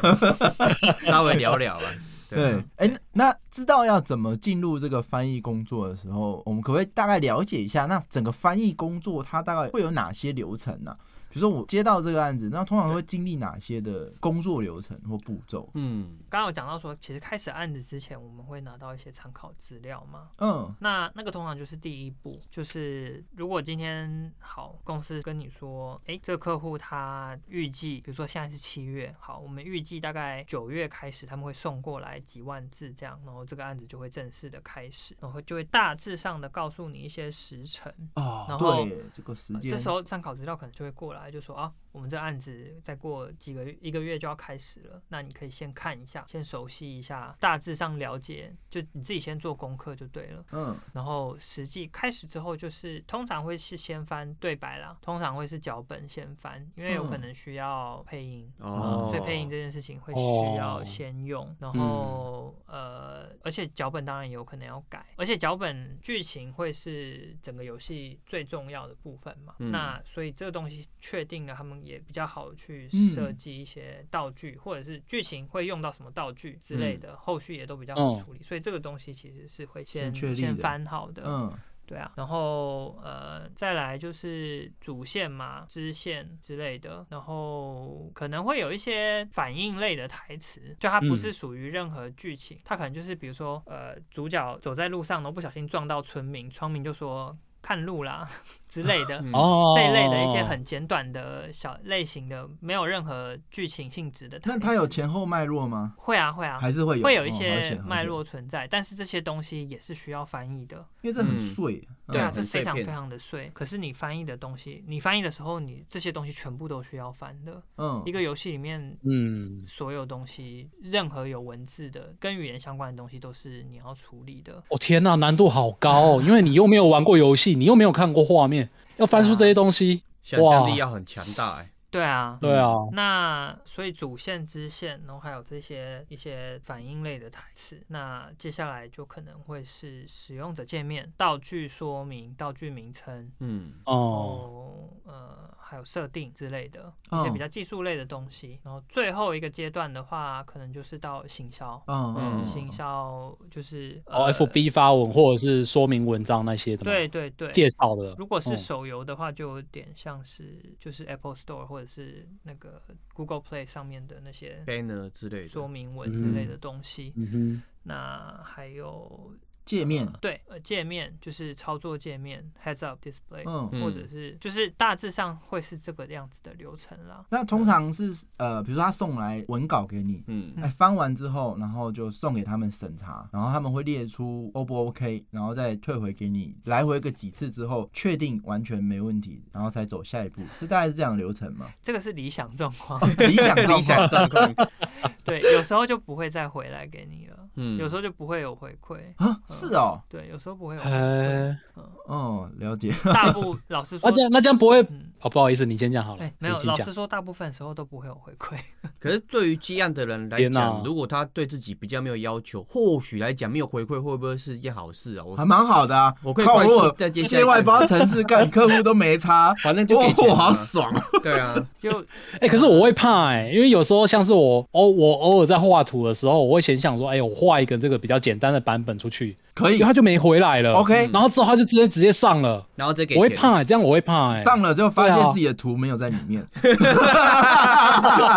D: 稍微聊聊啊。
A: 对
D: 对，，
A: 哎，那知道要怎么进入这个翻译工作的时候，我们可不可以大概了解一下？那整个翻译工作它大概会有哪些流程呢、比如说我接到这个案子，那通常会经历哪些的工作流程或步骤？
D: 嗯，
E: 刚刚有讲到说，其实开始案子之前，我们会拿到一些参考资料嘛。
A: 嗯
E: 那那个通常就是第一步，就是如果今天好公司跟你说，诶，这个客户他预计，比如说现在是七月，好，我们预计大概九月开始他们会送过来几万字这样，然后这个案子就会正式的开始，然后就会大致上的告诉你一些时程。
A: 哦
E: 然后
A: 对耶，这个时
E: 呃
A: 间，
E: 这时候参考资料可能就会过来，就说啊，我们这案子再过几个月一个月就要开始了，那你可以先看一下，先熟悉一下，大致上了解，就你自己先做功课就对了。
A: 嗯
E: 然后实际开始之后，就是通常会是先翻对白啦，通常会是脚本先翻，因为有可
A: 嗯
E: 能需要配音。
D: 哦，
E: 所以配音这件事情会需要
A: 哦
E: 先用，然
A: 嗯
E: 后、呃，而且脚本当然有可能要改，而且脚本剧情会是整个游戏最重要的部分嘛。
D: 嗯
E: 那所以这个东西确定了，他们也比较好去
A: 嗯
E: 设计一些道具，或者是剧情会用到什么道具之
A: 嗯
E: 类的，后续也都比较
B: 哦
E: 好处理。所以这个东西其实是会先
A: 先确立
E: 先
A: 的
E: 翻好的，
A: 嗯，
E: 对啊，然后呃，再来就是主线嘛、支线之类的，然后可能会有一些反应类的台词，就它不
A: 嗯
E: 是属于任何剧情，它可能就是比如说呃，主角走在路上，然后不小心撞到村民，村民就说看路啦 之类的。
D: 嗯
B: 哦，
E: 这一类的一些很简短的小类型的，没有任何剧情性质的台词。
A: 那它有前后脉络吗？
E: 会啊会啊，
A: 还是会有
E: 会有
A: 哦
E: 一
A: 好
E: 些
A: 险好
E: 脉
A: 险
E: 络存在，但是这些东西也是需要翻译的。
A: 因为这很
D: 嗯
A: 碎。
E: 对啊，
D: 嗯
E: 这
D: 很碎
E: 非常非
D: 片
E: 常的碎。可是你翻译的东西，你翻译的时候，你这些东西全部都需要翻的。
A: 嗯，
E: 一个游戏里面
B: 嗯。
E: 所有东西，任何有文字的、跟语言相关的东西，都是你要处理的。
B: 哦天呐、难度好高、哦，因为你又没有玩过游戏，你又没有看过画面，要翻出这些东西，
D: 想象力要很强大哎，
E: 对啊。
B: 对啊，
E: 那所以主线、支线，然后还有这些一些反应类的台词。那接下来就可能会是使用者界面、道具说明、道具名称，
D: 嗯，
B: 哦，
E: 哦，呃，还有设定之类的一
A: 哦
E: 些比较技术类的东西。然后最后一个阶段的话，可能就是到行销，
A: 嗯嗯
D: 嗯
E: 行销就是
B: 哦
E: 呃
B: ，FB 发文或者是说明文章那些的吗，
E: 对对对。
B: 介绍的，
E: 如果是
B: 嗯
E: 手游的话，就有点像是就是 Apple Store 或者是那个 Google Play 上面的那些
D: banner 之类
E: 说
D: 的，
E: 明文之类的东西。
B: 嗯哼，
E: 那还有
A: 界面，
E: 对呃界面就是操作界面 Heads Up Display，、
A: 嗯，
E: 或者是就是大致上会是这个样子的流程啦。
A: 那通常是呃，比如说他送来文稿给你，
D: 嗯
A: 哎，翻完之后，然后就送给他们审查，然后他们会列出 O 不 OK，然后再退回给你，来回个几次之后，确定完全没问题，然后才走下一步，是大概是这样的流程吗？哦
E: 这个是理想状况，
A: 理想状况
D: 理想状况，
E: 对，有时候就不会再回来给你了，
D: 嗯，
E: 有时候就不会有回馈，
A: 啊，是哦，
E: 对，呃有时候不会有回馈。
B: 哎，
A: 哦，了解，
E: 大部老实
B: 那
E: 说
B: 这，样那这样不会
E: 嗯，
B: 哦，不好意思，你先讲好了
E: 哎，，没有，
B: 你
E: 老
B: 先讲
E: 实说，大部分时候都不会有回馈。
D: 可是对于接案的人来
B: 天哪
D: 讲，如果他对自己比较没有要求，或许来讲没有回馈，会不会是一件好事啊？我
A: 还蛮好的啊。
D: 我可以
A: 靠
D: 快速
A: 我
D: 再接下一
A: 接外
D: 个
A: 包城市 干客户都没差，
D: 反正就给钱
A: 哦
D: 啊
A: 好爽啊。
D: 对啊，
E: 就
B: 哎、可是我会怕哎、因为有时候像是我偶我偶尔在画图的时候，我会先想说，哎、我画一个这个比较简单的版本出去，
A: 可
B: 因
A: 以
B: 为他就没回来了。
A: ，OK，
D: 嗯
B: 然后之后他就直接直接上了，
D: 然后再给
B: 我会
D: 钱
B: 怕、欸，这样我会怕哎、
A: 上了之后发
B: 对
A: 现
B: 啊
A: 自己的图没有在里面，
D: 啊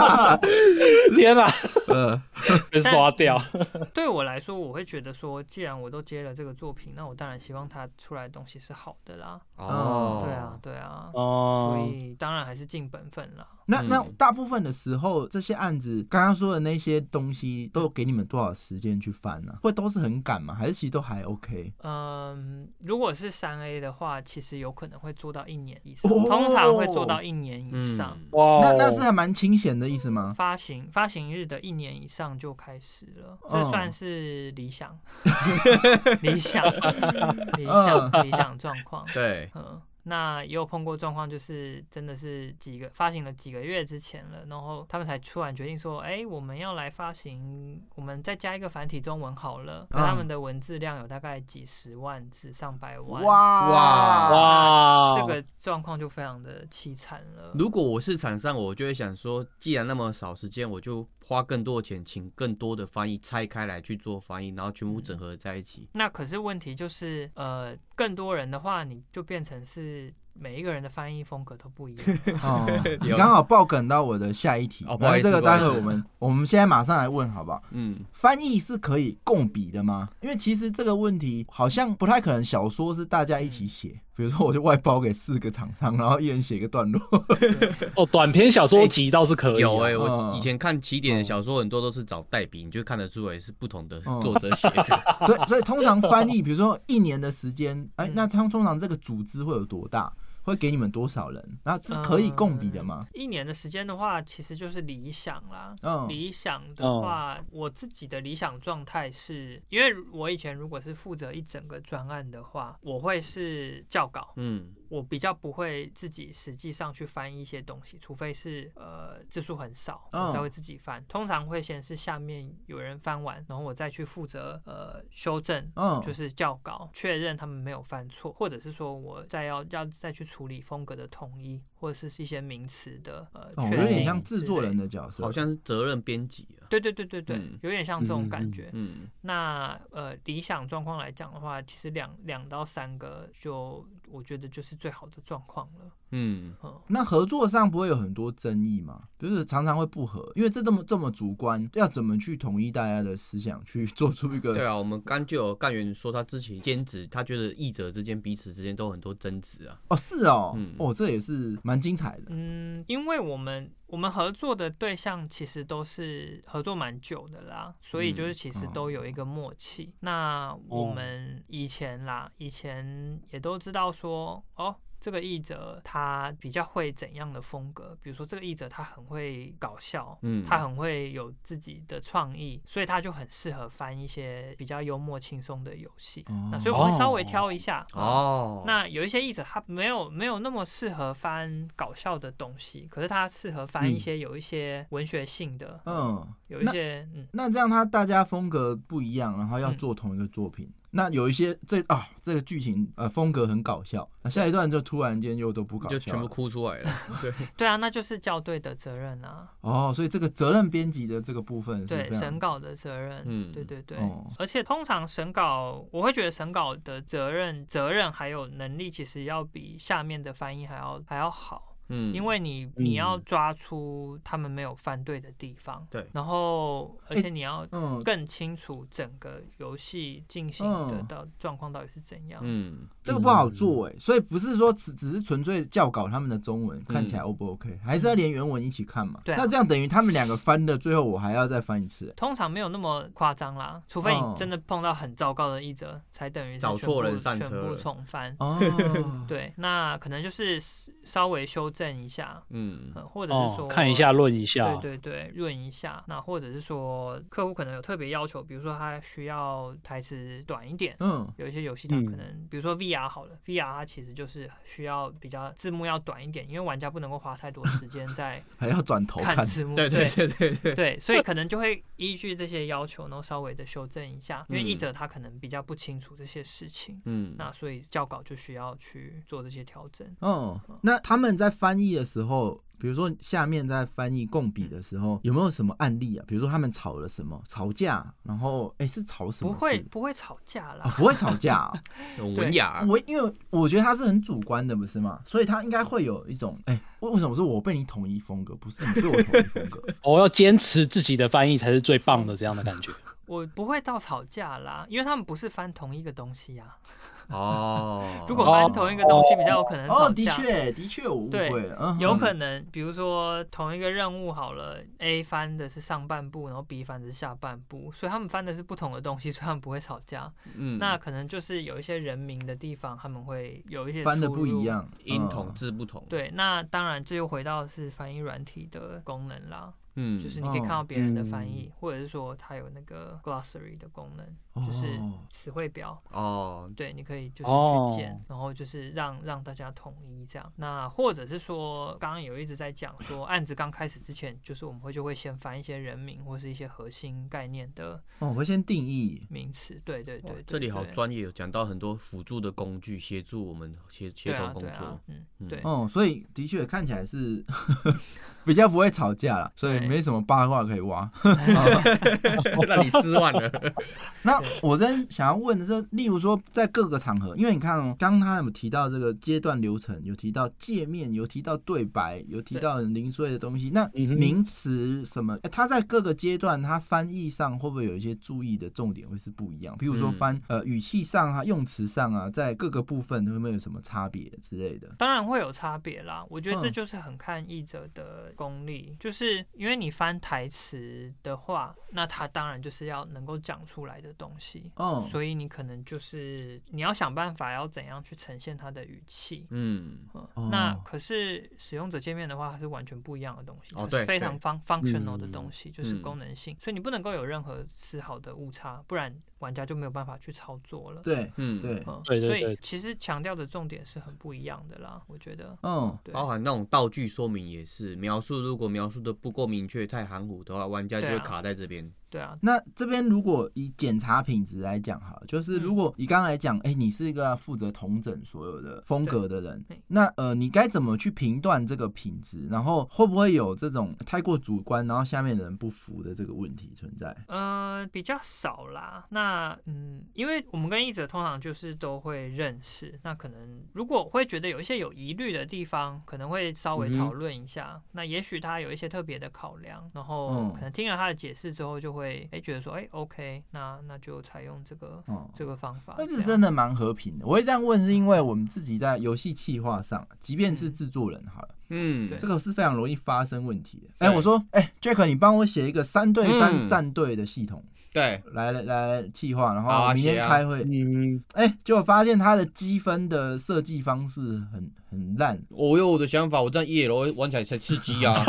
B: 天哪、
A: 呃，
B: 被刷掉。
E: 对我来说，我会觉得说，既然我都接了这个作品，那我当然希望它出来的东西是好的啦。
D: 哦，
E: 对啊，，对啊，所
B: 哦，
E: 以当然还是尽本分啦。
A: 那那
D: 嗯
A: 大部分的时候，这些案子刚刚说的那些东西，都给你们多少时间去翻呢、会都是很赶吗？还是其实都还 OK？
E: 嗯，如果是三 A 的话，其实有可能会做到一年以上，
A: 哦
E: 通常会做到一年以
D: 嗯，
E: 上。
B: 哇哦，
A: 那那是还蛮清闲的意思吗？
E: 发行发行日的一年以上就开始了，这
A: 哦
E: 算是理想， 理想，理想，理想状况。
D: 对，
E: 嗯，那也有碰过状况，就是真的是几个发行了几个月之前了，然后他们才突然决定说，哎、我们要来发行，我们再加一个繁体中文好了。可他们的文字量有大概几十万字、上百万，，
A: 哇
D: 哇
B: 哇，
E: 这个状况就非常的凄惨了。
D: 如果我是厂商，我就会想说，既然那么少时间，我就花更多的钱，请更多的翻译拆开来去做翻译，然后全部整合在一起。
E: 那可是问题就是，呃，更多人的话，你就变成是每一个人的翻译风格都不一 样。
A: 哦， 你
D: 有
A: 刚好爆梗到我的下一题，
D: 哦不
A: 然
D: 好
A: 后
D: 意
A: 这
D: 思
A: 个
D: 不好
A: 待
D: 意
A: 会
D: 思
A: 我们我们现在马上来问好不好？
D: 嗯，
A: 翻译是可以共笔的吗？因为其实这个问题好像不太可能，小说是大家一起
E: 嗯
A: 写，比如说我就外包给四个厂商，然后一人写一个 段落。
B: 哦，短篇小说集倒是可以啊、嗯
D: 有哎、
A: 嗯
D: 我以前看起点的小说很多都是找代笔，你就看得出来是不同的
A: 嗯
D: 作者 写的。
A: 所以，所以通常翻译，比如说一年的时间，哎，
E: 嗯
A: 那通通常这个组织会有多大？会给你们多少人？那是可以共笔的吗？
E: 一年的时间的话，其实就是理想啦。
A: 嗯，
E: 理想的话，我自己的理想状态是，因为我以前如果是负责一整个专案的话，我会是校稿，
D: 嗯，
E: 我比较不会自己实际上去翻译一些东西，除非是呃字数很少，
A: 嗯
E: 我才会自己翻。通常会先是下面有人翻完，然后我再去负责呃修正，
A: 嗯
E: 就是校稿，确认他们没有翻错，或者是说我再要要再去处理风格的统一，或者是一些名词的呃
A: 哦，
E: 确
A: 有
E: 认。
A: 点像制作人。的角
B: 啊
A: 色，
D: 好像是责任编辑啊。
E: 对对对对对，
D: 嗯
E: 有点像这种
B: 嗯嗯
E: 感
B: 嗯
E: 觉。
D: 嗯，
E: 那呃，理想状况来讲的话，其实两两到三个就我觉得就是最好的状况了。
D: 嗯，
E: 嗯，
A: 那合作上不会有很多争议吗？就是常常会不合，因为这这么这么主观，要怎么去统一大家的思想，去做出一
D: 对
A: 个
D: 啊，我们刚就有干员说他之前兼职，他觉得译者之间彼此之间都有很多争执啊。
A: 哦是哦，
D: 嗯
A: 哦这也是蛮精彩的，
E: 嗯，因为我们我们合作的对象其实都是合作蛮久的啦，所以就是
D: 嗯哦
E: 其实都有一个默契。那我们以前啦，以前也都知道说，哦，这个译者他比较会怎样的风格，比如说这个译者他很会搞笑，
D: 嗯
E: 他很会有自己的创意，所以他就很适合翻一些比较幽默轻松的游戏。
A: 哦
E: 那所以我会稍微
B: 哦
E: 挑一下嗯
D: 哦，
E: 那有一些译者他没有没有那么适合翻搞笑的东西，可是他适合翻一些有一些文学性的，
A: 嗯，
E: 有一些嗯
A: 那这样他大家风格不一样，然后要
E: 嗯
A: 做同一个作品。那有一些这啊，这个剧情呃风格很搞笑，那下一段就突然间又都不搞笑了，
D: 就全部哭出来了。 对，
E: 对啊，那就是校对的责任啊，
A: 哦。所以这个责任编辑的这个部分是
E: 对
A: 非常
E: 审稿的责任，
D: 嗯
E: 对对对，
A: 哦
E: 而且通常审稿，我会觉得审稿的责任、责任还有能力，其实要比下面的翻译还要还要好。
D: 嗯，
E: 因为你你要抓出他们没有犯对的地方，
D: 对
E: 然后而且你要
A: 嗯，
E: 更清楚整个游戏进行的
A: 嗯
E: 到状况到底是怎样。
D: 嗯，
A: 这个不好做哎、所以不是说只只是纯粹校稿他们的中文看起
D: 嗯
A: 来 O 不 OK，、还是要连原文一起看嘛。
E: 嗯对啊
A: 那这样等于他们两个翻的，最后我还要再翻一次、
E: 通常没有那么夸张啦，除非
A: 哦
E: 你真的碰到很糟糕的译者，才等于
D: 嗯
E: 是
D: 找
E: 全部
D: 错人上车
E: 全部
D: 了
E: 重翻。
A: 哦，
E: 对，那可能就是稍微修正一下，
D: 嗯，
E: 呃或者是
B: 哦
E: 说、，
B: 看一下，论一下，
E: 对对对，润一下。那或者是说客户可能有特别要求，比如说他需要台词短一点，
A: 嗯，
E: 有一些游戏它可
B: 嗯
E: 能，比如说 VR 好了，VR 它其实就是需要比较字幕要短一点，因为玩家不能够花太多时间在
A: 还要转头
E: 看
A: 看。
E: 字幕，
D: 对对对
E: 对
D: 对对，
E: 对，所以 可能就会依据这些要求，然后稍微的修正一下，因为
D: 嗯
E: 译者他可能比较不清楚这些事情，
D: 嗯，
E: 那所以校稿就需要去做这些调整。
A: 哦，
E: 嗯
A: 那他们在翻译的时候，比如说下面在翻译共笔的时候，有没有什么案例啊？比如说他们吵了什么，吵架，然后哎、是吵什么
E: 不
A: 事？
E: 会不会吵架
A: 啊、
E: 啦，
A: 不会吵架 啊、
D: 很文雅，
A: 我因为我觉得他是很主观的，不是吗？所以他应该会有一种，哎、为为什么是我被你统一风格，不是你被我统一风 格？
B: 我哦要坚持自己的翻译才是最棒的，这样的感觉。
E: 我不会到吵架啦，因为他们不是翻同一个东西啊。
D: 哦，
E: 如果翻同一个东西，比较有可能吵架。
A: 哦，的确，的确，我误
E: 对
A: 会了，嗯，
E: 有可能，比如说同一个任务好了，A 翻的是上半部，然后 B 翻的是下半部，所以他们翻的是不同的东西，所以他们不会吵架。
D: 嗯，
E: 那可能就是有一些人名的地方，他们会有一些
A: 翻的
E: 出
A: 不
E: 入
A: 一。样，
D: 音
A: 嗯
D: 同字不同，，
E: 对，那当然这又回到是翻译软体的功能啦，
D: 嗯，
E: 就是你可以
A: 哦
E: 看到别人的翻译，或者是说它有那个 glossary 的功能，就是
A: 哦
E: 词汇表。
D: 哦，
E: 对，你可以就是
B: 哦
E: 去建，然后就是让让大家统一这样。那或者是说，刚刚有一直在讲说，案子刚开始之前，就是我们会就会先翻一些人名或是一些核心概念的
A: 哦，我会先定义，
E: 名词。对对对
D: 哇
E: 对
D: 这里好
E: 对
D: 专业，有讲到很多辅助的工具，协助我们协协
E: 对
D: 同
E: 啊
D: 工
E: 对
D: 作
E: 啊，，嗯
D: 嗯
E: 对。
A: 哦，所以的确看起来是 比较不会吵架啦，所以
E: 对
A: 没什么八卦可以挖。
D: 让你失望了。
A: 那我真想要问的是，例如说在各个场合，因为你看哦，刚刚他有提到这个阶段流程，有提到界面，有提到对白，有提到很零碎的东西。那
B: 嗯哼
A: 名词什么，诶它在各个阶段，它翻译上会不会有一些注意的重点会是不一样？比如说
D: 嗯
A: 翻、呃语气上啊、用词上啊，在各个部分会不会有什么差别之类的？
E: 当然会有差别啦，我觉得这
A: 嗯
E: 就是很看译者的功力，就是因为你翻台词的话，那他当然就是要能够讲出来的东西，
D: 嗯
A: 哦，
E: 所以你可能就是你要想办法要怎样去呈现他的语气。
D: 嗯，
E: 嗯
A: 哦
E: 那可是使用者界面的话，它是完全不一样的东西，
D: 哦
E: 它
D: 对
E: 是非常
D: 对
E: fun functional 的东
D: 嗯
E: 西，就是
D: 嗯
E: 功能性，所以你不能够有任何丝毫的误差，不然玩家就没有办法去操作了。
A: 对，
D: 嗯
A: 对，
E: 嗯，
B: 对对
E: 所
B: 对
E: 以其实强调的重点是很不一样的啦，我觉得。
A: 嗯，
E: 对，
D: 包含那种道具说明也是，描述如果描述的不够明确、太含糊的话，玩家就
E: 对
D: 会
E: 啊
D: 卡在这边。
E: 对啊，
A: 那这边如果以检查品质来讲，哈，就是如果你刚才讲，哎、你是一个负责统整所有的风格的人
E: 对，
A: 那呃，你该怎么去评断这个品质？然后会不会有这种太过主观，然后下面的人不服的这个问题存在？
E: 呃，比较少啦。那嗯，因为我们跟译者通常就是都会认识，那可能如果会觉得有一些有疑虑的地方，可能会稍微
B: 嗯哼
E: 讨论一下。那也许他有一些特别的考量，然后
A: 嗯
E: 可能听了他的解释之后，就会哎、诶觉得说哎、诶 OK，那那就采用这个、
A: 哦
E: 这个方法这
A: 那
E: 样。
A: 是真的蛮和平的。我会这样问，是因为我们自己在游戏企划上，即便是制作人好了，
D: 嗯
E: 对
A: 这个是非常容易发生问题的。哎、
D: 对
A: 我说，哎、j a c k 你帮我写一个三对三
D: 嗯
A: 战队的系统，
D: 对，
A: 来来来企划，然
D: 好啊
A: 后明天
D: 写啊
A: 开会。
B: 嗯，
A: 哎、结果发现它的积分的设计方式很很 烂，
D: 我有我的想法，我这样一楼玩起来才刺激 啊。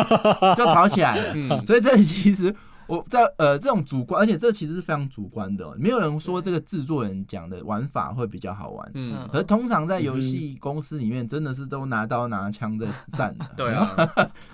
A: 就吵起来了。
D: 嗯，
A: 所以这其实我在呃这种主观，而且这其实是非常主观的哦、没有人说这个制作人讲的玩法会比较好玩。
D: 嗯，
A: 而通常在游戏公司里面，真的是都拿刀拿枪在战的，
D: 对， 啊，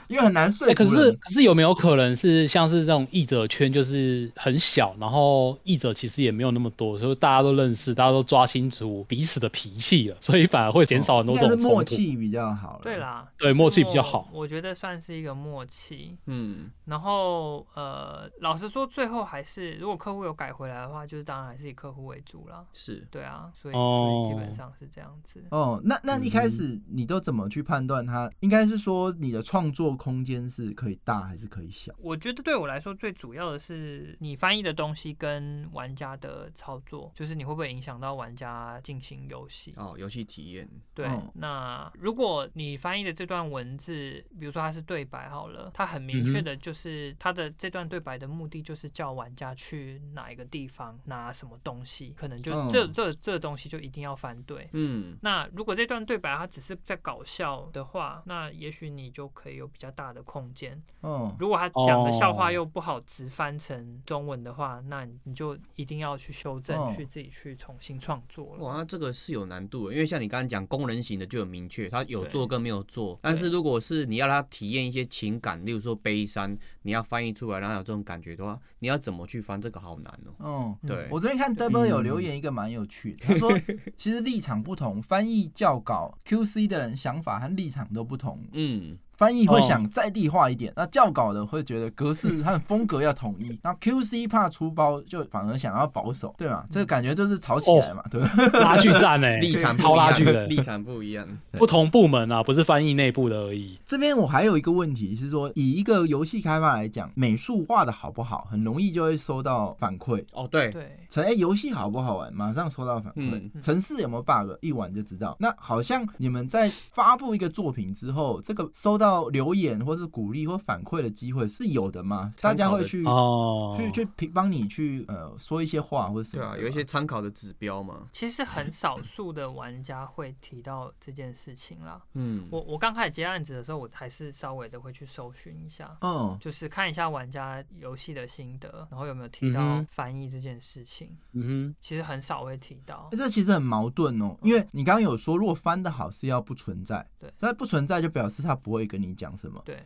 A: 因为很难说
B: 哎、
A: 服
B: 可
A: 人。
B: 是可是有没有可能是像是这种译者圈就是很小，然后译者其实也没有那么多，所以大家都认识，大家都抓清楚彼此的脾气了，所以反而会减少很多
A: 哦应
B: 这
A: 该是
B: 种
A: 默
B: 冲突。
A: 契比较好。
E: 对，啦，
B: 对
E: 就是
B: 默契比较好
E: 我觉得算是一个默契。
D: 嗯，
E: 然后呃，老实说，最后还是如果客户有改回来的话，就是当然还是以客户为主啦。
D: 是。
E: 对啊，所以、
B: 哦
E: 所以基本上是这样子。
A: 哦，那那一开始
D: 嗯
A: 你都怎么去判断它？应该是说你的创作空间是可以大还是可以小？
E: 我觉得对我来说最主要的是你翻译的东西跟玩家的操作，就是你会不会影响到玩家进行游戏。
D: 哦，游戏体验，
E: 对，
A: 嗯
E: 那如果你翻译的这段文字，比如说它是对白好了，它很
A: 嗯
E: 明确的就是它的这段对白的目的就是叫玩家去哪一个地方拿什么东西，可能就
A: 嗯
E: 这、这这东西就一定要翻对。
D: 嗯，
E: 那如果这段对白它只是在搞笑的话，那也许你就可以有比较大的空间。
A: 哦，
E: 如果他讲的笑话
B: 哦
E: 又不好直翻成中文的话，那你就一定要去修正，
A: 哦
E: 去自己去重新创作了。
D: 哇，那这个是有难度的，因为像你刚刚讲功能型的就很明确，它有
E: 对
D: 做跟没有做。但是如果是你要让他体验一些情感，例如说悲伤，你要翻译出来，让他有这种感觉的话，你要怎么去翻这个好难哦。
A: 哦，
E: 嗯
D: 对，
A: 我这边看 Double 有留言一个蛮有趣的，他说其实立场不同，翻译校稿 QC 的人想法和立场都不同，
D: 嗯，
A: 翻译会想在地化一点，那校稿的会觉得格式和风格要统一，那 QC 怕出包就反而想要保守，对吧？这个感觉就是吵起来嘛，对吧？
B: 拉锯战哎、
D: 立场
B: 超
D: 不一
B: 拉
D: 样
B: 锯的，
D: 立场不一样。
B: 不同部门啊，不是翻译内部的而已。
A: 这边我还有一个问题是说，以一个游戏开发来讲，美术画的好不好，很容易就会收到反馈。
D: 哦，对，
E: 对，
A: 成哎，游戏好不好玩？马上收到反馈。
D: 嗯
A: 城市有没有 bug？一玩就知道。那好像你们在发布一个作品之后，这个收到留言或是鼓励或反馈的机会是有的吗？大
D: 参考的
A: 家会去、
B: 哦，
A: 去去评帮你去呃说一些话或者什
D: 对
A: 么的
D: 啊
A: 吗？，
D: 有一些参考的指标嘛。
E: 其实很少数的玩家会提到这件事情啦。
D: 嗯，
E: 我我刚开始接案子的时候，我还是稍微的会去搜寻一下。
D: 哦
A: 嗯
E: 就是看一下玩家游戏的心得，然后有没有提
B: 嗯
E: 到
B: 哼
E: 翻译这件事情，
B: 嗯
E: 其实很少会提到
A: 欸。这其实很
D: 嗯
A: 矛盾哦，因为你刚刚有说，如果翻的好是要不存在，
E: 对
A: 所以不存在就表示它不会跟你讲什么，
E: 对，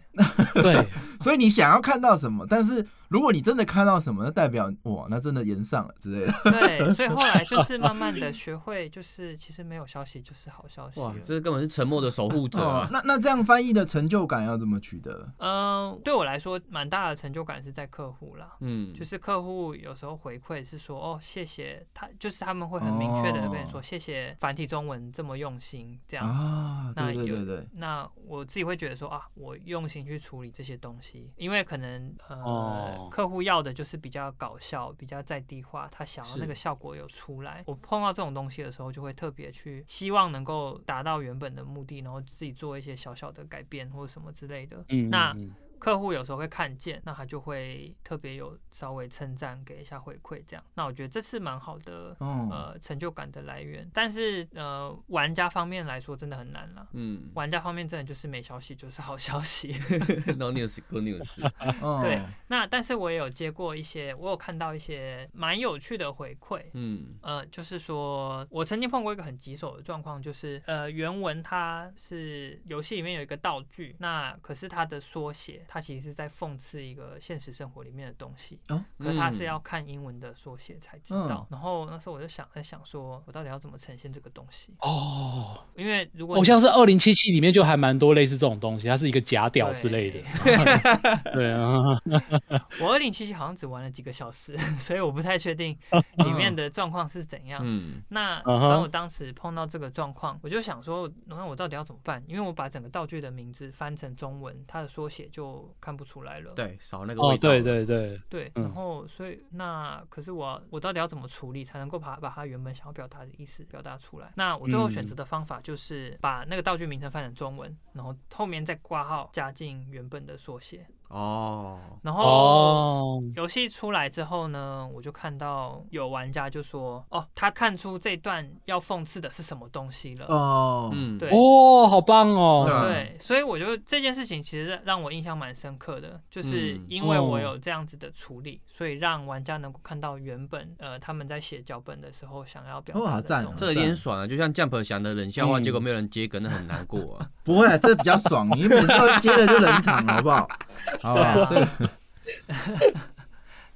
B: 对，嗯
A: 所以你想要看到什么，但是如果你真的看到什么，那代表哇，那真的延上了之类的。
E: 对，所以后来就是慢慢的学会，就是其实没有消息就是好消息
D: 哇
E: 了。，
D: 这根本是沉默的守护者
A: 哦
D: 啊！
A: 那那这样翻译的成就感要怎么取得？
E: 嗯，对我来说蛮大的成就感是在客户啦，
D: 嗯，
E: 就是客户有时候回馈是说哦谢谢他，就是他们会很明确的跟你说、
A: 哦
E: 谢谢繁体中文这么用心这样。
A: 啊，
E: 那
A: 对对
E: 有
A: 对对，
E: 那我自己会觉得说啊，我用心去处理这些东西，因为可能呃，
B: 哦
E: 客户要的就是比较搞笑、比较在地化，他想要
D: 是
E: 那个效果有出来。我碰到这种东西的时候，就会特别去希望能够达到原本的目的，然后自己做一些小小的改变或者什么之类的。
B: 嗯，
E: 那
B: 嗯嗯
E: 客户有时候会看见，那他就会特别有稍微称赞，给一下回馈这样。那我觉得这是蛮好的。
A: 哦，
E: 呃，成就感的来源，但是呃，玩家方面来说真的很难了。
D: 嗯
E: 玩家方面真的就是没消息就是好消息。
D: ，no news good news，
A: 哦
E: 呃对那但是我也有接过一些，我有看到一些蛮有趣的回馈。
D: 嗯
E: 呃，就是说，我曾经碰过一个很棘手的状况，就是呃，原文它是游戏里面有一个道具，那可是它的缩写，它其实是在讽刺一个现实生活里面的东西。
A: 哦
E: 可是它是
D: 嗯
E: 要看英文的缩写才知道。
A: 嗯
E: 然后那时候我就想在想说，我到底要怎么呈现这个东西？
B: 哦，
E: 因为如果
B: 好
E: 你
B: 像是二零七七里面就还蛮多类似这种东西，它是一个假屌之类的。对 啊，
E: 我二零七七好像只玩了几个小时， 所以我不太 确定里面的状况是怎样。
D: 嗯，
E: 那
B: 嗯嗯哼
E: 反正我当时碰到这个状况，我就想说，那我到底要怎么办？因为我把整个道具的名字翻成中文，它的缩写就看不出来了。
D: 对，少那个
B: 哦，
D: 味道，
B: 对，对对，
E: 对，
B: 嗯
E: 然后所以那可是我我到底要怎么处理才能够把把它原本想要表达的意思表达出来？那我最后选
B: 嗯
E: 择的方法就是把那个道具名称翻成中文，然后后面再挂号加进原本的缩写，
D: 哦，
E: 然后
B: 哦，
E: 游戏出来之后呢，我就看到有玩家就说：“哦，他看出这段要讽刺的是什么东西了。
A: 哦，
D: 嗯，
E: 对
B: 哦，好棒
D: 对
B: 哦，
D: 啊
E: 对，所以我觉得这件事情其实让我印象蛮深刻的，就是
D: 嗯
E: 因为我有这样子的处理，所以让玩家能够看到原本呃他们在写脚本的时候想要表
A: 哦
E: 达
A: 好赞
E: 的
A: 哦
E: 东
D: 这
E: 西。
D: 个有点爽啊，就像 Jump 想的冷笑话，
B: 嗯
D: 结果没有人接梗，那很难过啊。
A: 不会，啊，这比较爽，你每次都接了就冷场，好 不好？好
E: 对
A: 吧，
E: 啊
A: 这个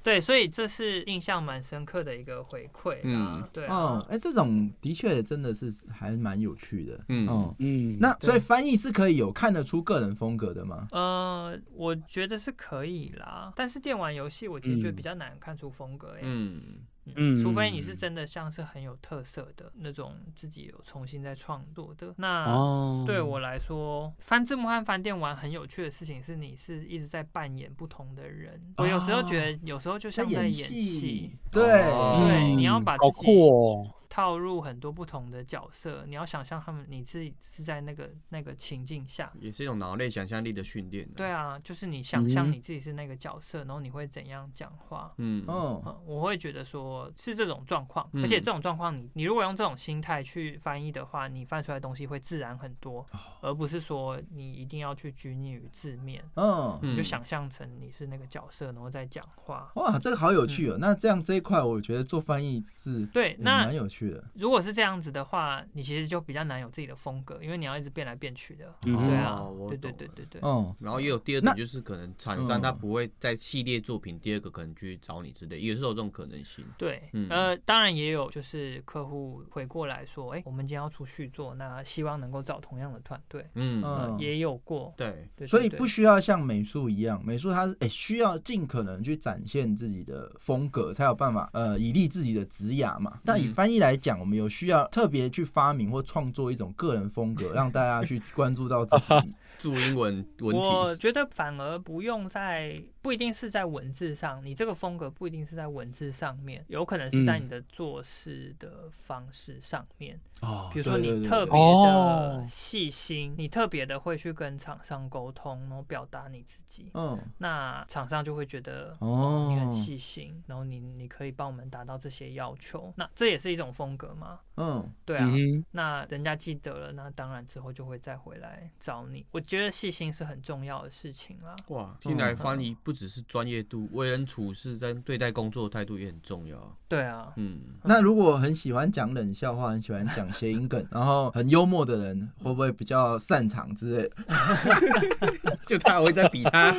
E: 对，所以这是印象蛮深刻的一个回馈啊。
D: 嗯
E: 对啊，
A: 哦，哎，这种的确真的是还蛮有趣的，
D: 嗯
A: 哦
B: 嗯，
A: 那
E: 对
A: 所以翻译是可以有看得出个人风格的吗？
E: 呃，我觉得是可以啦，但是电玩游戏我其实觉得
A: 嗯
E: 比较难看出风格、欸，
D: 嗯，
E: 嗯，除非你
B: 嗯
E: 是真的像是很有特色的那种，自己有重新再创作的。那
B: 哦，
E: 对我来说，翻字幕和翻电玩很有趣的事情是，你是一直在扮演不同的人。我有时候觉得，有时候就像在演戏，，
A: 对，
D: 哦
E: 对，
B: 嗯
E: 你要把
B: 好
E: 自己
B: 酷哦，
E: 套入很多不同的角色，你要想象他们，你自己是在那个那个情境下。
D: 也是一种脑内想象力的训练。
E: 对，啊，就是你想象
B: 嗯
E: 你自己是那个角色，然后你会怎样讲话，
D: 嗯，
A: 哦，
E: 嗯，我会觉得说是这种状况，
D: 嗯
E: 而且这种状况你你如果用这种心态去翻译的话，你翻出来的东西会自然很多，
D: 哦
E: 而不是说你一定要去拘泥于字面，
A: 嗯，
D: 嗯
E: 你就想象成你是那个角色，然后再讲话。
A: 哇，这个好有趣哦。那这样这一块，我觉得做翻译是
E: 嗯对
A: 也，
E: 那
A: 蛮有趣的。
E: 如果是这样子的话，你其实就比较难有自己的风格，因为你要一直变来变去的。
B: 嗯
E: 对啊
D: 哦，我
E: 对对
D: 懂
E: 对
D: 了
E: 对对。
A: 哦，
D: 然后也有第二
A: 那
D: 点，就是可能厂商
A: 嗯
D: 他不会在系列作品第二个可能去找你之类，也是有这种可能性。
E: 对，
D: 嗯
E: 呃，当然也有，就是客户回过来说，哎、我们今天要出续作，那希望能够找同样的团队，
D: 嗯，
E: 呃
A: 嗯，
E: 也有过，
D: 对，
E: 对对
A: 所以
E: 对
A: 不需要像美术一样，美术它是哎需要尽可能去展现自己的风格，才有办法呃以立自己的职涯嘛。但以
D: 嗯
A: 翻译来讲，我们有需要特别去发明或创作一种个人风格，让大家去关注到自 己。
D: 注英文文体，
E: 我觉得反而不用在，不一定是在文字上，你这个风格不一定是在文字上面，有可能是在
B: 嗯
E: 你的做事的方式上面。
A: 哦
E: 比如说你特
B: 对
E: 别的
B: 哦
E: 细心，你特别的会去跟厂商沟通，然后表达你自己，
B: 哦
A: 嗯
E: 那厂商就会觉得。
A: 哦
E: 你很细心，然后你你可以帮我们达到这些要求，那这也是一种风格嘛。
A: 嗯，
E: 对啊，
B: 嗯哼，
E: 那人家记得了，那当然之后就会再回来找你。我觉得细心是很重要的事情啦。
D: 哇，听来翻译不只是专业度，为人处事在对待工作的态度也很重要啊。
E: 对啊，
D: 嗯，
A: 那如果很喜欢讲冷笑话，很喜欢讲谐音梗，然后很幽默的人，会不会比较擅长之类的？
D: 就他还会再比他，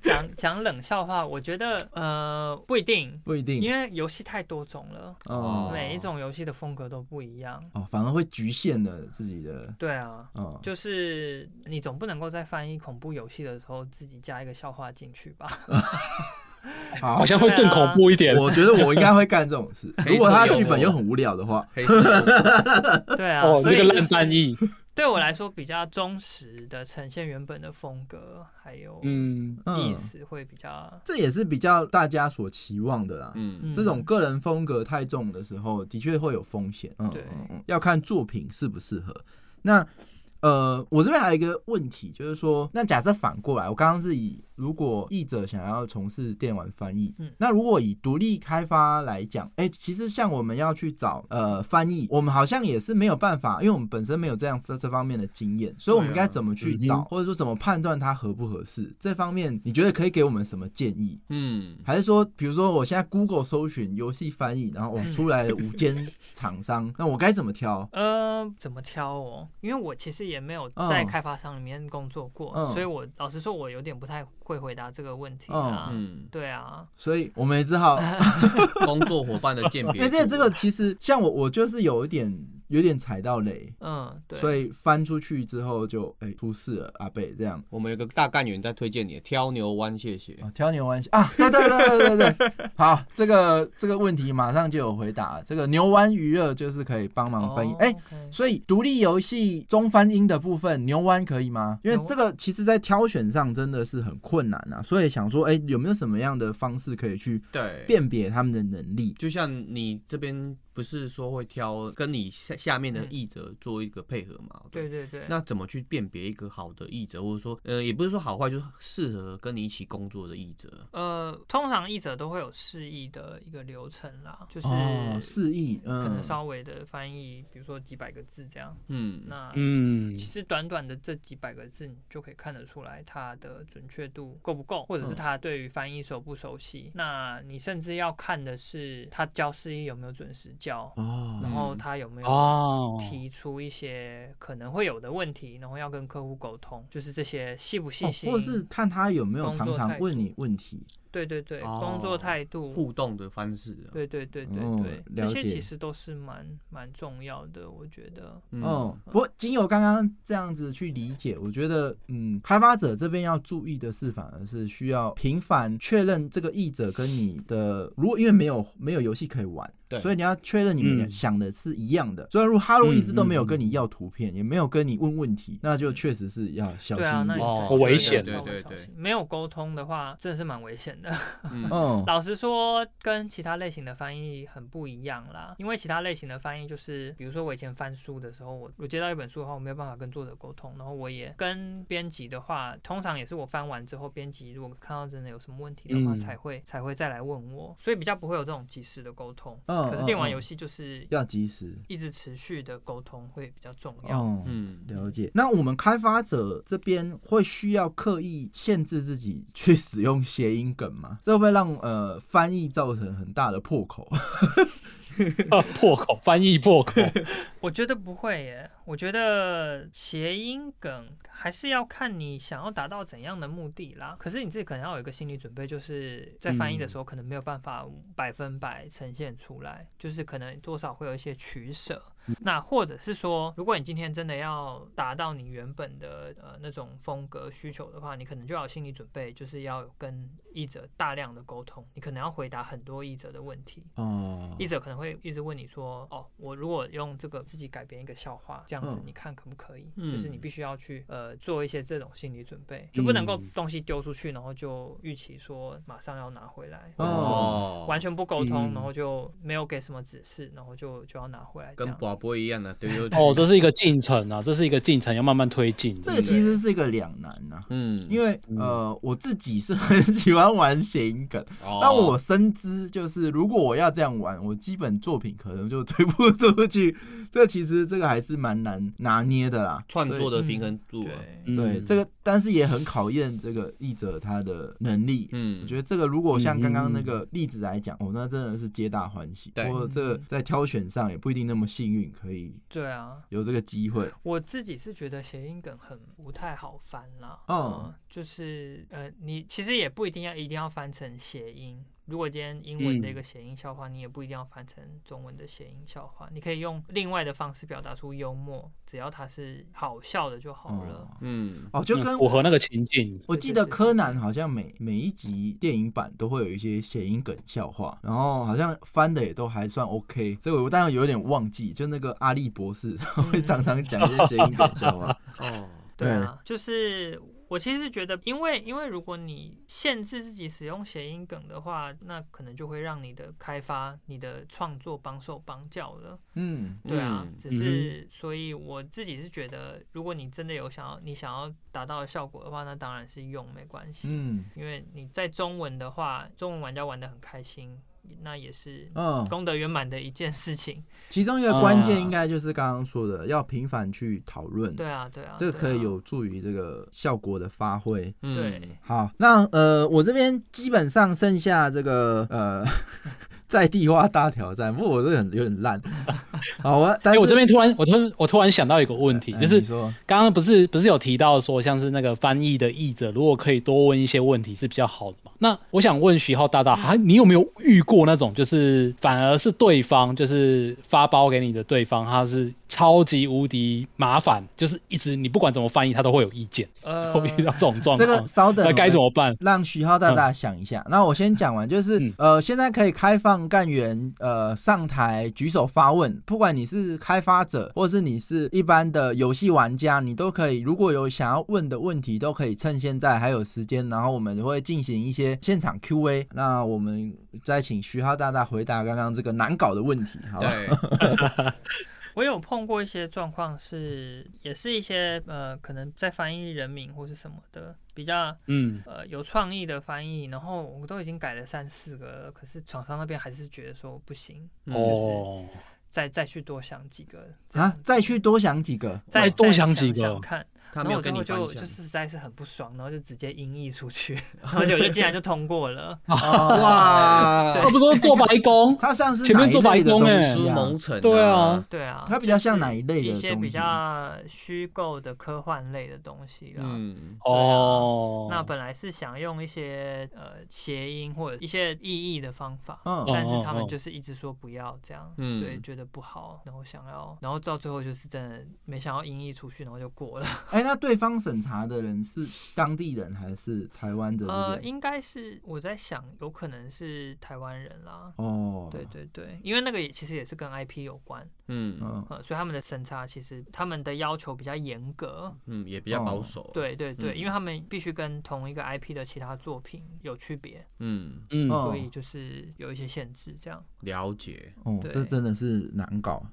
E: 讲 讲冷笑话，我觉得呃不一定，
A: 不一定
B: 嗯
E: 因。为游戏太多种了，
A: 哦
E: 每一种游戏的风格都不一样。
A: 哦，反而会局限了自己的。
E: 对啊，
A: 哦，
E: 就是你总不能够在翻译恐怖游戏的时候自己加一个笑话进去吧？
A: 好哦
B: 好像会更恐怖一点。
A: 我觉得我应该会干这种事。
D: 黑色
A: 如果他的剧
D: 幽默
A: 本又很无聊的话，
D: 黑色幽 默
E: 对啊，
B: 哦，
E: 所
B: 这
E: 以
B: 个
E: 就
B: 烂
E: 是
B: 翻译，
E: 对我来说比较忠实的呈现原本的风格，还有
B: 嗯，
E: 意
A: 嗯，
E: 思会比较。
A: 这也是比较大家所期望的啦。
D: 嗯，
E: 嗯
A: 这种个人风格太重的时候，的确会有风险。嗯，
E: 对
A: 嗯嗯要看作品适不适合。那呃，我这边还有一个问题，就是说，那假设反过来，我刚刚是以如果译者想要从事电玩翻译，
E: 嗯
A: 那如果以独立开发来讲，哎、其实像我们要去找呃翻译，我们好像也是没有办法，因为我们本身没有这样这这方面的经验，所以我们
D: 对啊
A: 该怎么去找，
B: 嗯哼
A: 或者说怎么判断它合不合适，这方面你觉得可以给我们什么建议？
D: 嗯，
A: 还是说，比如说我现在 Google 搜寻游戏翻译，然后我出来了五间厂 商，那我该怎么挑？
E: 呃，怎么挑哦？因为我其实也没有在
A: 嗯
E: 开发商里面工作过，
A: 嗯
E: 所以我老实说，我有点不太会回答这个问题
A: 嗯
E: 啊。
D: 嗯，
E: 对啊，
A: 所以我们也只 好，
D: 工作伙伴的鉴别
A: 因
D: 度，
A: 为这这个其实像我，我就是有一点有点踩到雷，
E: 嗯，对，
A: 所以翻出去之后就哎、出事了，阿贝这样。
D: 我们有个大干员在推荐你，挑牛湾，谢谢。
A: 哦，挑牛湾啊，对对对对对对， 好，这个这个问题马上就有回答了。这个牛湾娱乐就是可以帮忙翻译，
E: 哦
A: 哎、
E: OK
A: 所以独立游戏中翻英的部分，牛湾可以吗？因为
E: 牛
A: 这个其实在挑选上真的是很困难啊，所以想说，哎、有没有什么样的方式可以去
D: 对，
A: 辨别他们的能力？
D: 就像你这边不是说会挑跟你下下面的译者做一个配合嘛？
E: 对。对对，
D: 那怎么去辨别一个好的译者，或者说，呃，也不是说好坏，就是适合跟你一起工作的译者？
E: 呃，通常译者都会有示意的一个流程啦，就是、
A: 哦，示意，嗯，
E: 可能稍微的翻译，比如说几百个字这样。
D: 嗯，
E: 那
B: 嗯
E: 其，实短短的这几百个字，你就可以看得出来它的准确度够不够，或者是
A: 嗯
E: 他对于翻译熟不熟悉。那你甚至要看的是他教示意有没有准时教，然
A: 哦，
E: 后
D: 嗯
E: 他有没有
B: 哦，
E: 提出一些可能会有的问题，然后要跟客户沟通，就是这些细不细
A: 哦
E: 心，
A: 或者是看他有没有
E: 工作
A: 常常
E: 态度
A: 问你问题，
E: 对对对，
D: 哦
E: 工作态度。
D: 互动的方式啊。
E: 对对对对
A: 哦
E: 对，
A: 了
E: 这些
A: 解
E: 其实都是蛮蛮重要的，我觉得。
D: 嗯
A: 哦，不过仅有刚刚这样子去理解，我觉得，嗯，开发者这边要注意的是，反而是需要频繁确认这个译者跟你的，如果因为没有没有游戏可以玩，
D: 对
A: 所以你要确认你们
B: 嗯
A: 想的是一样的。所以如果哈罗一直都没有
B: 嗯嗯
A: 跟你要图片，也没有跟你问问题，那就确实是要小
E: 对啊，
A: 心一
E: 那你
A: 点。
D: 哦
E: 对
B: 好危
E: 要
B: 险
E: 稍
D: 对
E: 微
D: 对
E: 小
D: 对
E: 心没有沟通的话，真的是蛮危险的。
D: 嗯
A: 嗯，
E: 老实说，跟其他类型的翻译很不一样啦，因为其他类型的翻译就是，比如说我以前翻书的时候，我我接到一本书的话，我没有办法跟作者沟通，然后我也跟编辑的话，通常也是我翻完之后，编辑如果看到真的有什么问题的话，
B: 嗯
E: 才会才会再来问我，所以比较不会有这种及时的沟通。
A: 嗯
E: 可是电玩
A: 嗯嗯
E: 游戏就是
A: 要及时。
E: 一直持续的沟通会比较重要。
A: 哦，
D: 嗯，
A: 了解。那我们开发者这边会需要刻意限制自己去使用谐音梗吗？ 这会不会让呃翻译造成很大的破口？
B: 破口翻译破口，
E: 我觉得不会耶，我觉得谐音梗还是要看你想要达到怎样的目的啦。可是你自己可能要有一个心理准备，就是在翻译的时候可能没有办法百分百呈现出来，就是可能多少会有一些取舍。那或者是说，如果你今天真的要达到你原本的呃那种风格需求的话，你可能就要有心理准备，就是要有跟译者大量的沟通，你可能要回答很多译者的问题。
A: 哦，
E: 译者可能会一直问你说：“哦，我如果用这个自己改编一个笑话，这样子
A: 嗯
E: 你看可不可以？”
D: 嗯
E: 就是你必须要去呃做一些这种心理准备，就不能够
B: 嗯
E: 东西丢出去，然后就预期说马上要拿回来，
A: 哦
D: 哦，
E: 完全不沟通，
B: 嗯
E: 然后就没有给什么指示，然后就就要拿回来这
D: 跟
E: 样。
D: 寡不会一样的丢丢 去
B: 哦，这是一个进程啊，这是一个进程，要慢慢推进。
A: 这个其实是一个两难呐、
D: 嗯，
A: 因
D: 为
A: 为呃，我自己是很喜欢玩谐音梗，
D: 哦
A: 但我深知就是如果我要这样玩，我基本作品可能就推不出去。 这其实这个还是蛮难拿捏的啦，
D: 创作的平衡度
E: 对
D: 啊，，
B: 嗯
A: 对这个，但是也很考验这个译者他的能力。
D: 嗯，
A: 我觉得这个如果像刚刚那
B: 嗯
A: 个例子来讲，哦，那真的是皆大欢喜。
D: 对
A: 或者这
B: 嗯
A: 个在挑选上也不一定那么幸运，可以
E: 对啊，
A: 有这个机会。
E: 我自己是觉得谐音梗很不太好翻啦。
A: 嗯
E: 呃就是呃，你其实也不一定要一定要翻成谐音。如果今天英文的一
B: 嗯
E: 个谐音笑话，你也不一定要翻成中文的谐音笑话，你可以用另外的方式表达出幽默，只要它是好笑的就好了。
A: 哦
D: 嗯，
A: 哦，就
B: 嗯
A: 跟
B: 符合那个情境。
A: 我
E: 对
A: 记
E: 对
A: 得
E: 对
A: 柯
E: 对
A: 南
E: 对
A: 好像每每一集电影版都会有一些谐音梗笑话，然后好像翻的也都还算 OK。这个我当然有点忘记，就那个阿笠博士他会常常讲一些谐音梗笑 话。
D: 哦，
E: 对啊，就是我其实觉得，因为因为如果你限制自己使用谐音梗的话，那可能就会让你的开发、你的创作帮手帮教了。
A: 嗯，
E: 对啊，
D: 嗯
E: 只是所以我自己是觉得，如果你真的有想要你想要达到的效果的话，那当然是用没关系。
A: 嗯
E: 因为你在中文的话，中文玩家玩的很开心，那也是
A: 嗯，
E: 功德圆满的一件事情。
A: 其中一个关
B: 啊
A: 键应该就是刚刚说的，要频繁去讨论，
E: 对啊，对啊，
A: 这个可以
E: 对啊
A: 有助于这个效果的发挥。
D: 嗯
E: 对，
A: 好，那呃，我这边基本上剩下这个呃 在地化大挑战，不过我这个很有点烂。好，我但
B: 哎、
A: 是
B: 我这边突然，我突然我突然想到一个问题，
A: 哎
B: 就是
A: 你说
B: 刚刚不是不是有提到说，像是那个翻译的译者，如果可以多问一些问题是比较好的嘛？那我想问徐浩大
A: 嗯
B: 大，还你有没有遇过那种，就是反而是对方就是发包给你的对方，他是超级无敌麻烦，就是一直你不管怎么翻译，他都会有意见，
E: 呃
B: 会遇到这种状
A: 这
B: 况，
A: 个稍等，
B: 那呃该怎么办？
A: 让徐浩大大想一下。那我先讲完，就是、
B: 嗯
A: 呃，现在可以开放干员呃上台举手发问，不管你是开发者或是你是一般的游戏玩家，你都可以，如果有想要问的问题，都可以趁现在还有时间，然后我们会进行一些现场 Q&A。那我们再请徐浩大大回答刚刚这个难搞的问题，好吧？
D: 对，
E: 我有碰过一些状况是，也是一些呃，可能在翻译人名或是什么的，比较
B: 嗯，
E: 呃有创意的翻译，然后我都已经改了三四个了，可是厂商那边还是觉得说不行，
D: 嗯
B: 哦，
E: 再再去多想几个这样
A: 啊，再去多想几 个。
E: 再
B: 再多
E: 想
B: 想几个
E: 想看，
D: 他
E: 然
D: 没
E: 后
D: 有
E: 我最
D: 跟你
E: 后
D: 分
E: 就
D: 享
E: 就，是实在是很不爽，然后就直接音译 出去，而且我就竟然就通过了。
D: 啊
A: 哇，
B: 他不过做白 工，
A: 他上次
B: 前面做
A: 哪一类的
B: 白工
A: 东
B: 欸
A: 西
D: 苏
A: 啊
D: 蒙城，
B: 对啊，
E: 对啊，
A: 它比较像
E: 就是
A: 哪一类的
E: 一些
A: 东
E: 比
A: 西
E: 较虚构的科幻类的东西啦。
D: 嗯，
B: 哦，
E: 那本来是想用一些呃谐音或者一些意义的方法，
A: 嗯
E: 但是他
B: 哦
E: 们
B: 哦哦
E: 就是一直说不要这样，
D: 嗯
E: 对，觉得不好，然后想要，然后到最后就是真的没想要音译出去，然后就过了。
A: 哎、那对方审查的人是当地人还是台湾的人？
E: 呃，应该是我在想，有可能是台湾人啦。
A: 哦，
E: 对，对对，因为那个也其实也是跟 IP 有关，
D: 嗯
A: 嗯，
E: 呃，所以他们的审查其实他们的要求比较严
A: 哦
E: 格，
D: 嗯，也比较保守，，
E: 哦对对对，
D: 嗯
E: 因为他们必须跟同一个 IP 的其他作品有区别，
D: 嗯，
B: 嗯，
A: 哦
E: 所以就是有一些限制这样。
D: 了解，
A: 哦，
E: 对嗯
A: 这真的是难搞。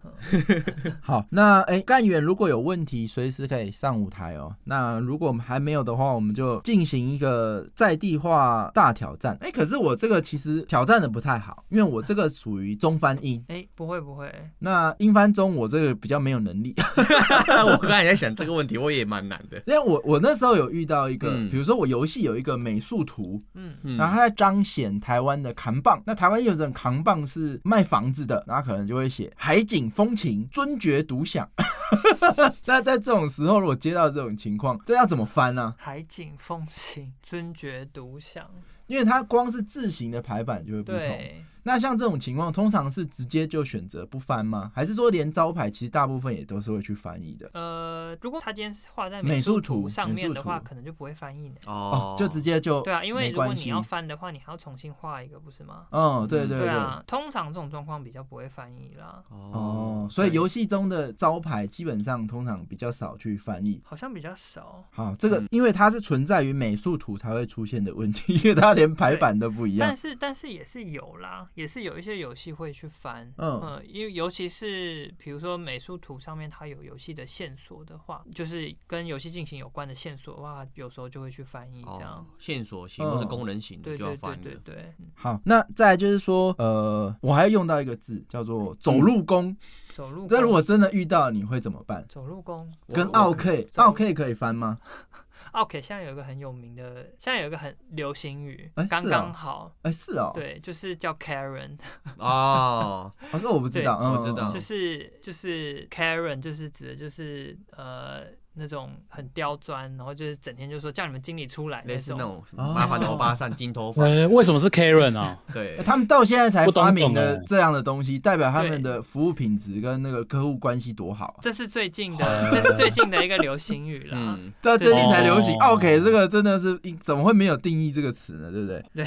A: 好，那哎，干、员如果有问题，随时可以上舞台哦。那如果还没有的话，我们就进行一个在地化大挑战。哎、可是我这个其实挑战的不太好，因为我这个属于中翻英，
E: 哎、不会不会，
A: 那英翻中我这个比较没有能力。
D: 我刚才也在想这个问题，我也蛮难的，
A: 因为我我那时候有遇到一个，
D: 嗯
A: 比如说我游戏有一个美术图，
E: 嗯，
D: 嗯
A: 然后他在彰显台湾的扛棒。那台湾有人扛棒是卖房子的，然后可能就会写海景风情，尊爵独享。 那在这种时候，如果接到这种情况，这要怎么翻啊呢、
E: 海景风情，尊爵独享，
A: 因为它光是字形的排版就会不同。
E: 对，
A: 那像这种情况，通常是直接就选择不翻吗？还是说连招牌其实大部分也都是会去翻译的？
E: 呃，如果他今天是画在
A: 美术
E: 术
A: 图
E: 图上
A: 美
E: 面
A: 术
E: 的话，
A: 图
E: 可能就不会翻译呢。
A: 哦，就直接就
E: 对啊，因为
A: 没
E: 如果
A: 关
E: 你
A: 系
E: 要。翻的话，你还要重新画一个，不是吗？啊
A: 嗯，对对对。
E: 啊，通常这种状况比较不会翻译啦。
D: 哦
A: 哦，所以游戏中的招牌基本上通常比较少去翻译。
E: 好像比较少。
A: 好，这个
D: 嗯
A: 因为它是存在于美术图才会出现的问题，因 为它连排版都不一样
E: 但。是但是也是有啦，也是有一些游戏会去翻，
A: 嗯
E: 呃因为尤其是比如说美术图上面它有游戏的线索的话，就是跟游戏进行有关的线索的话，有时候就会去翻译这样
D: 哦。，线索型或是
A: 嗯
D: 功能型的
E: 对
D: 就要
E: 对对
D: 翻
E: 对
D: 了。
E: 对，嗯
A: 好，那再来就是说，呃，我还要用到一个字叫做走路工。
E: 走路
A: 这、如
E: 工
A: 果真的遇到，你会怎么办？
E: 走路工
A: 跟
D: 我
A: 奥 K
E: 走路
A: 奥 K 可以翻吗？
E: ，OK，现在有一个很有名的，现在有一个很流行语
A: 哎，
E: 刚
A: 是哦
E: 刚好，
A: 哎、是哦，
E: 对，就是叫 Karen，
D: 哦，
A: 哦，这我不知道，
D: 对
A: 嗯、
D: 我知
A: 嗯
D: 道
E: 就
A: 嗯
E: 是就是 Karen，就是指的就是呃那种很刁钻，然后就是整天就说叫你们经理出来
D: 类
E: 那
D: 似
E: 种。
D: 那种
A: 哦
D: 麻烦的欧巴桑金头发，
B: 呃，为什么是 Karen 啊？
D: 对
A: 哎，他们到现在才
B: 不懂
A: 发明
B: 懂
A: 了
B: 哦
A: 这样的东西，代表他们
E: 对
A: 的服务品质跟那个客户关系多好啊！
E: 这是最近的，这是最近的一个流行语啦。
D: 呃嗯，
A: 到最近才流行
B: 哦
A: 奥 K 这个真的是怎么会没有定义这个词呢？对不对？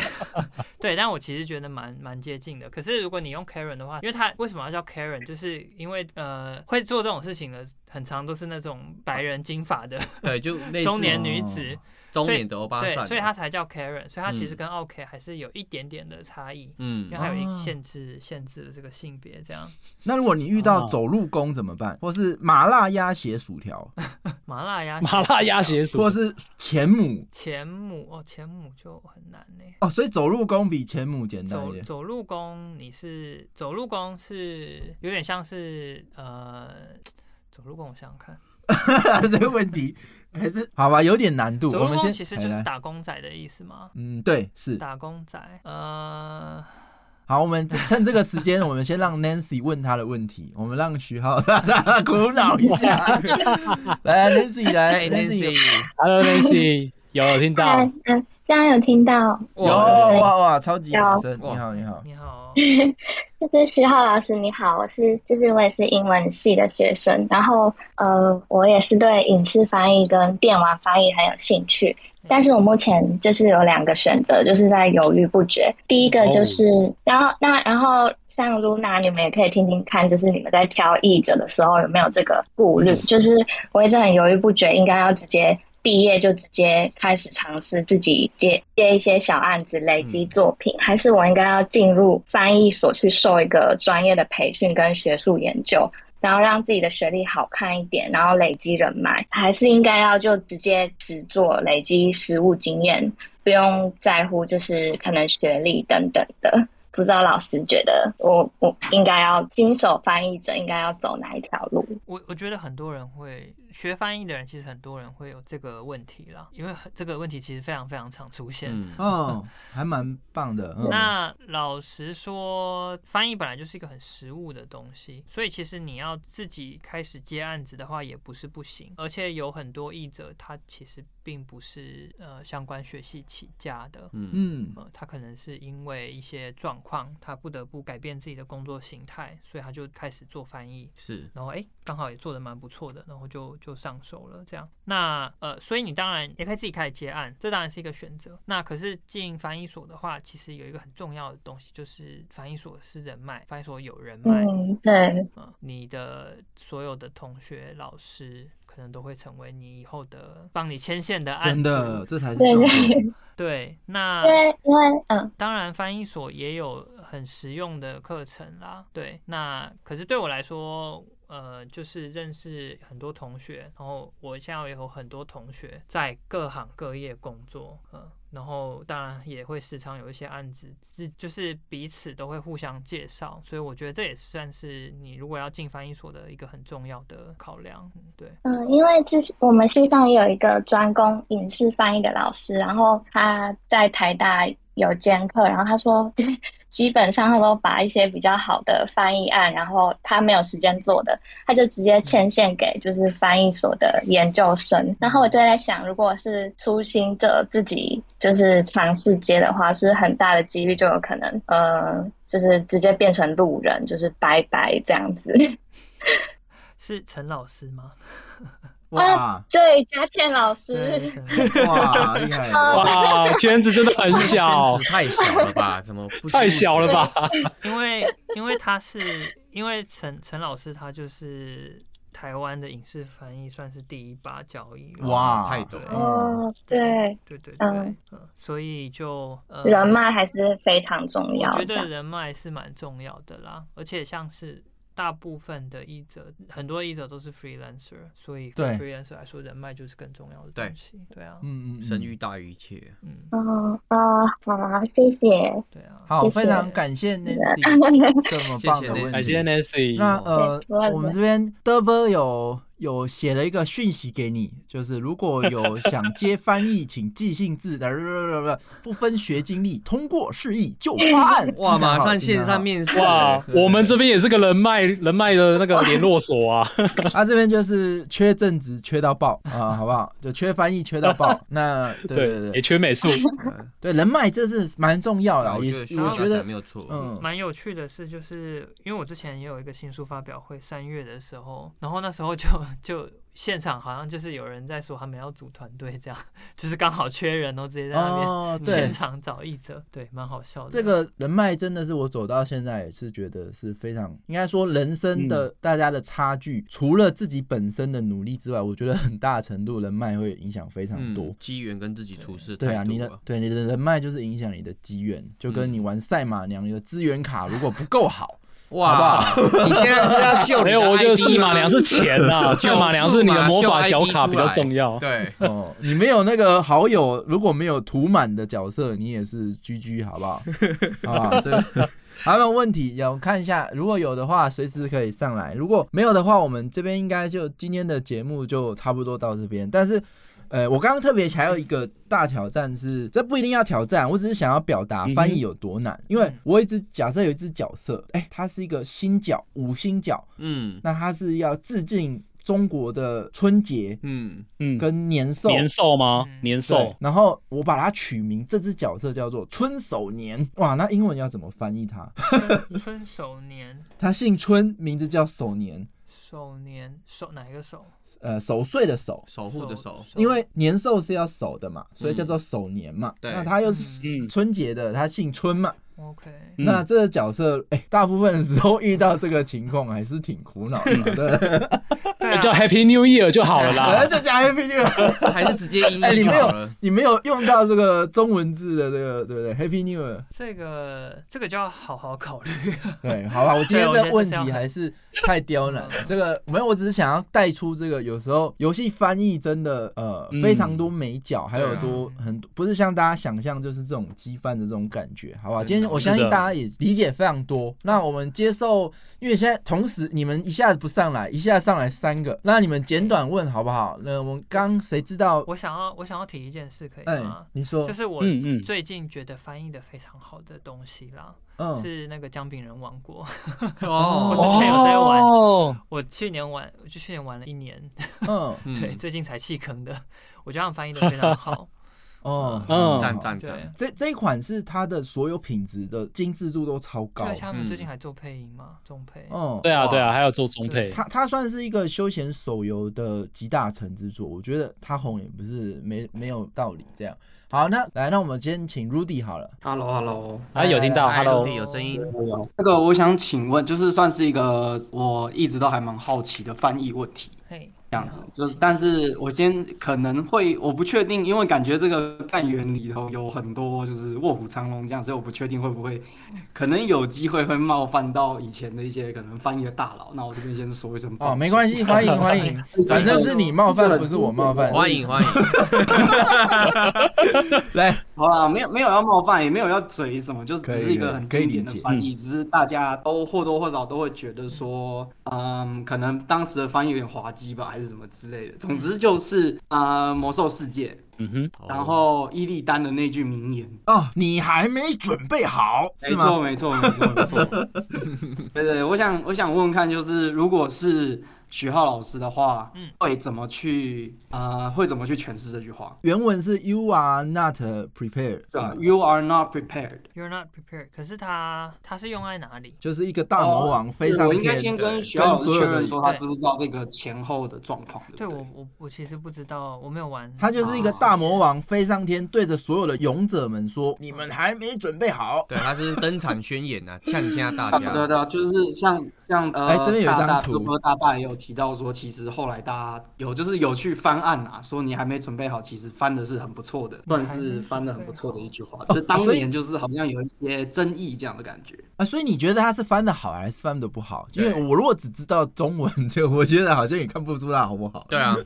E: 对，但我其实觉得蛮蛮接近的。可是如果你用 Karen 的话，因为他为什么要叫 Karen，就是因为呃会做这种事情的，很常都是那种白人金发的
D: 对，就类似
E: 中年女子，
D: 中年哦的欧巴
E: 对，
D: 桑，啊
E: 所以他才叫 Karen，所以他其实
D: 嗯
E: 跟 OK 还是有一点点的差异。
D: 嗯
E: 因为还有一
A: 哦
E: 限制限制了这个性别，这样
A: 那如果你遇到
B: 哦
A: 走路工怎么办？或是麻辣鸭血薯 条，
E: 麻辣鸭
B: 麻辣鸭血
A: 或
B: 薯，
A: 是前母
E: 前母哦，前母就很难呢。
A: 哦，所以走路工比前母简单一
E: 走
A: 点。
E: 走路工，你是走路工是有点像是呃，走路工我想想看，
A: 这个问题还 是好吧，有点难度。
E: 走
A: 我
E: 路
A: 们先
E: 工其实就
A: 来
E: 是
A: 来
E: 打工仔的意思嘛，
A: 嗯，对，是
E: 打工仔，呃，
A: 好。我们趁这个时 间，我们先让 Nancy 问他的问题，我们让徐浩 苦恼一 下。来，Nancy 来
D: 哎
A: ，Nancy，
D: ，Nancy，
B: Hello Nancy，有有听到
F: 嗯，嗯这样有听到，
A: 有哇哇，超级女生，
D: 哇
A: 你好，你好。
E: 你好，
F: 就是徐浩老师，你好，我是，就是我也是英文系的学生，然后呃，我也是对影视翻译跟电玩翻译很有兴趣，但是我目前就是有两个选择，就是在犹豫不决。第一个就是，然后那然后像露娜，你们也可以听听看，就是你们在挑译者的时候有没有这个顾虑？就是我一直很犹豫不决，应该要直接毕业就直接开始尝试自己接接一些小案子，累积作品，还是我应该要进入翻译所去受一个专业的培训跟学术研究？然后让自己的学历好看一点，然后累积人脉，还是应该要就直接只做，累积实务经验，不用在乎就是可能学历等等的。不知道老师觉得我我应该要新手翻译者应该要走哪一条路？
E: 我我觉得很多人会学翻译的人，其实很多人会有这个问题啦，因为这个问题其实非常非常常出现。
D: 嗯，
A: 哦，还蛮棒的。嗯
E: 那老实说，翻译本来就是一个很实务的东西，所以其实你要自己开始接案子的话，也不是不行。而且有很多译者，他其实并不是呃相关学系起家的。
D: 嗯
A: 嗯
E: 呃，他可能是因为一些状况，他不得不改变自己的工作形态，所以他就开始做翻译。
D: 是，
E: 然后哎，诶刚好也做的蛮不错的，然后就就上手了这样。那呃，所以你当然也可以自己开始接案，这当然是一个选择。那可是进翻译所的话，其实有一个很重要的东西，就是翻译所是人脉，翻译所有人脉，
F: 嗯，对，
E: 呃你的所有的同学、老师。可能都会成为你以后的帮你牵线的案
A: 真
E: 主
A: 的，这才是
F: 对
A: 重点。
E: 对。那
F: 因为因为嗯，
E: 当然，翻译所也有很实用的课程啦。对，那可是对我来说，呃，就是认识很多同学，然后我现在也有很多同学在各行各业工作，嗯、然后当然也会时常有一些案子，是就是彼此都会互相介绍，所以我觉得这也算是你如果要进翻译所的一个很重要的考量。嗯对，
F: 嗯，因为之前我们系上也有一个专攻影视翻译的老师，然后他在台大有兼课，然后他说， 基本上他都把一些比较好的翻译案，然后他没有时间做的，他就直接牵线给就是翻译所的研究生。然后我就在想，如果是初心者自己就是尝试接的话，是不是很大的几率就有可能，呃，就是直接变成路人，就是拜拜这样子。
E: 是陈老师吗？
A: 哇
F: 对，佳倩老师。
E: 对，陈
A: 哇，厉害！
F: 啊
B: 哇，圈子真的很小
D: 圈子，太小了吧？怎么不
B: 太小了？吧？
E: 因为因为他是因为陈陈老师他就是台湾的影视翻译算是第一把交椅了。
A: 哇，
D: 太多
A: 嗯
F: 哦，对，
E: 对对对，嗯
F: 嗯、
E: 所以就、呃、
F: 人脉还是非常重要
E: 我觉
F: 这
E: 得
F: 样。
E: 人脉是蛮重要的啦，而且像是大部分的译者，很多译者都是 freelancer，所以对
A: 对
E: freelancer 来说，人脉就是更重要的东西。对啊，
A: 嗯嗯，
D: 生育大于一切。
E: 嗯，
F: 哦哦，好，谢谢。
E: 对啊，
A: 好，
F: 谢谢
A: 非常感谢 Nancy 这么棒的
D: 谢谢
A: 问
B: 感
A: 题
B: 谢。Nancy。
A: 那呃
F: 对不会，
A: 我
F: 不
A: 们
F: 会
A: 这边德波有有写了一个讯息给你，就是如果有想接翻译，请寄信至，不分学经历，通过示意就发案。记
D: 哇，
A: 得好
D: 马上线上。面试。
B: 哇，我们这边也是个人脉人脉的那个联络所啊。
A: 记得好他这边就是缺正职，缺到爆啊，好不好？ 就缺翻译，缺到爆。那对对对
B: 也
A: 对
B: 缺美术。
D: 嗯
A: 对，人脉这是蛮重要的啊，
D: 我
A: 也
D: 觉
A: 是
D: 得徐
A: 我
D: 老
A: 觉
D: 师
A: 得
D: 讲没有错。
A: 嗯，
E: 蛮有趣的是，就是因为我之前也有一个新书发表会，三月的时候，然后那时候就 就现场好像就是有人在说他们要组团队，这样 就是刚好缺人，然后直接在那边、
A: 哦，对
E: 现，场找译者，对，蛮好笑的。
A: 这个人脉真的是我走到现在也是觉得是非常，应该说人生
D: 嗯
A: 的大家的差距，除了自己本身的努力之外，我觉得很大程度人脉会影响非常多。
D: 嗯，机缘跟自己处事
A: 对啊，
D: 态度嗯
A: 你的对你的人脉就是影响你的机缘，就跟你玩赛马娘，你的资源卡如果不够好，
D: 哇，你现在是要秀
B: 没
D: 你
B: 有，哎我
D: 的 ID 吗？
B: 觉得四马良是钱啊呐，
D: 就
B: 四马良是你的魔法小卡比较重要。
D: 对，
A: 哦，你没有那个好友，如果没有涂满的角色，你也是居居，好不 好？好不好？这个 还有没有问题？有看一下，如果有的话，随时可以上来；如果没有的话，我们这边应该就今天的节目就差不多到这边。但是，呃，我刚刚特别还有一个大挑战是，这不一定要挑战，我只是想要表达
B: 嗯哼嗯
A: 翻译有多难，因为我有一只假设有一只角色，哎、它是一个新角，五星角，
D: 嗯
A: 那它是要致敬中国的春节
D: 嗯，
B: 嗯，
A: 跟年兽。
B: 年兽吗
E: 嗯？
B: 年
A: 对
B: 兽，，
A: 然后我把它取名，这只角色叫做春守年。哇，那英文要怎么翻译它？
E: 春春守年，
A: 他姓春，名字叫守年，
E: 守年守哪一个守？
A: 呃，守岁的守。
D: 守护的守，
A: 因为年兽是要守的嘛，所以叫做守年嘛。
D: 对
A: 那他又是
B: 嗯
A: 春节的，他姓春嘛。
E: OK，
B: 嗯
A: 那这个角色，哎、大部分时候遇到这个情况还是挺苦恼的嘛，对不对？
E: 对啊
B: 哎叫 Happy New Year 就好了
A: 反正
B: 啦。
A: 就加 Happy New Year。
D: 还是直接音
A: 哎、你
D: 译就
A: 没
D: 好
A: 有
D: 了。，
A: 你没有用到这个中文字的这个，对不对？Happy New Year。
E: 这个这个就要好好考虑。
A: 对，好吧，我今天这个问题
E: 对我觉得是这样
A: 还是太刁难了。这个没有，我只是想要带出这个，有时候游戏翻译真的呃
B: 嗯
A: 非常多美角，还有
D: 对啊
A: 多很多不是像大家想象就是这种机翻的这种感觉，好不好？今天我
B: 是
A: 相信
B: 的
A: 大家也理解非常多。那我们接受，因为现在同时你们一下子不上来，一下上来三个，那你们简短问好不好？那我们刚谁知道？
E: 我想要我想要提一件事，可以
A: 哎
E: 吗，？
A: 你说
E: 就，是我
B: 嗯嗯
E: 最近觉得翻译的非常好的东西啦，
A: 嗯，
E: 是那个《姜饼人王国》
D: 哦
E: 我之前有在玩
B: 哦，
E: 我去年玩，我就去年玩了一年，
A: 嗯，
D: 嗯
E: 对，最近才弃坑的， 我觉得他们翻译的非常好。
A: 哦，
B: 嗯
D: 赞赞
E: 对
D: 赞，，
A: 这这一款是它的所有品质的精致度都超高
E: 而，且他们最近
D: 嗯
E: 还做配音嘛，中配。
A: 嗯，
B: 对啊对啊，
D: 哇
B: 还有做中配。
A: 它它算是一个休闲手游的集大成之作，我觉得它红也不是没没有道理。这样，好，那来，那我们先请 Rudy 好了。
C: Hello Hello，
B: 啊，有听到
C: 哎
D: 嗨陆
B: ，Hello，
D: 地有声音，
C: 那个我想请问，就是算是一个我一直都还蛮好奇的翻译问题，
E: 嘿，
C: 这样
E: 嗯
C: 子，就是但是我先可能会我不确定，因为感觉这个干员里头有很多就是卧虎藏龙这样，所以我不确定会不会可能有机会会冒犯到以前的一些可能翻译的大佬。那我这边先说一声
A: 哦，没关系，欢迎欢 迎，反正是你冒犯，不是我冒犯。
D: 欢迎欢迎，
A: 来，
C: 好啦，没有没有要冒犯，也没有要嘴什么，就是
A: 可以
C: 只是一个很
A: 可以
C: 经典的
A: 可以理解嗯
C: 翻译，只是大家都或多或少都会觉得说，嗯，可能当时的翻译有点滑稽吧，还是什么之类的。总之就是啊、呃魔兽世界，
B: 嗯哼，
C: 然后伊利丹的那句名言，
A: 哦，你还没准备好
C: 没
A: 是
C: 错
A: 吗？
C: 没错没错没 错。对对，我想我想问问看，就是如果是徐浩老师的话，
E: 嗯
C: 会怎么去呃，会怎么去诠释这句话？
A: 原文是 You are not prepared，是
C: 对啊吧
A: 吗
C: ？You are not prepared。
E: You're not prepared。可是它它是用在哪里？
A: 就是一个大魔王飞上
C: 哦我应该
A: 天
C: 先
A: 的，
C: 跟徐老师
A: 跟所有
C: 确
A: 的
C: 认说他知不知道这个前后的状况，
E: 对
C: 对不
E: 我我我其实不知道，我没有玩。
A: 他就是一
D: 哦
A: 个大魔王飞上天，对着所有的勇者们
D: 嗯
A: 说：“你们还没准备好。”
D: 对，他是登场宣言呐，呛一下大
C: 对？对啊
D: 家，
C: 对，就是像像呃，
A: 哎这边有一张
C: 大大
A: 图
C: 哥哥大大也有提到说，其实后来大家有就是有去翻案啊，说你还没准备好，其实翻的是很不错的，算是翻的很不错的一句话。
A: 哦
C: 这当
A: 所以
C: 年就是好像有一些争议这样的感觉。
A: 啊，所以你觉得他是翻的好还是翻的不好？因为
D: 对
A: 我如果只知道中文 的，我觉得好像也看不出他好不好。
D: 对啊，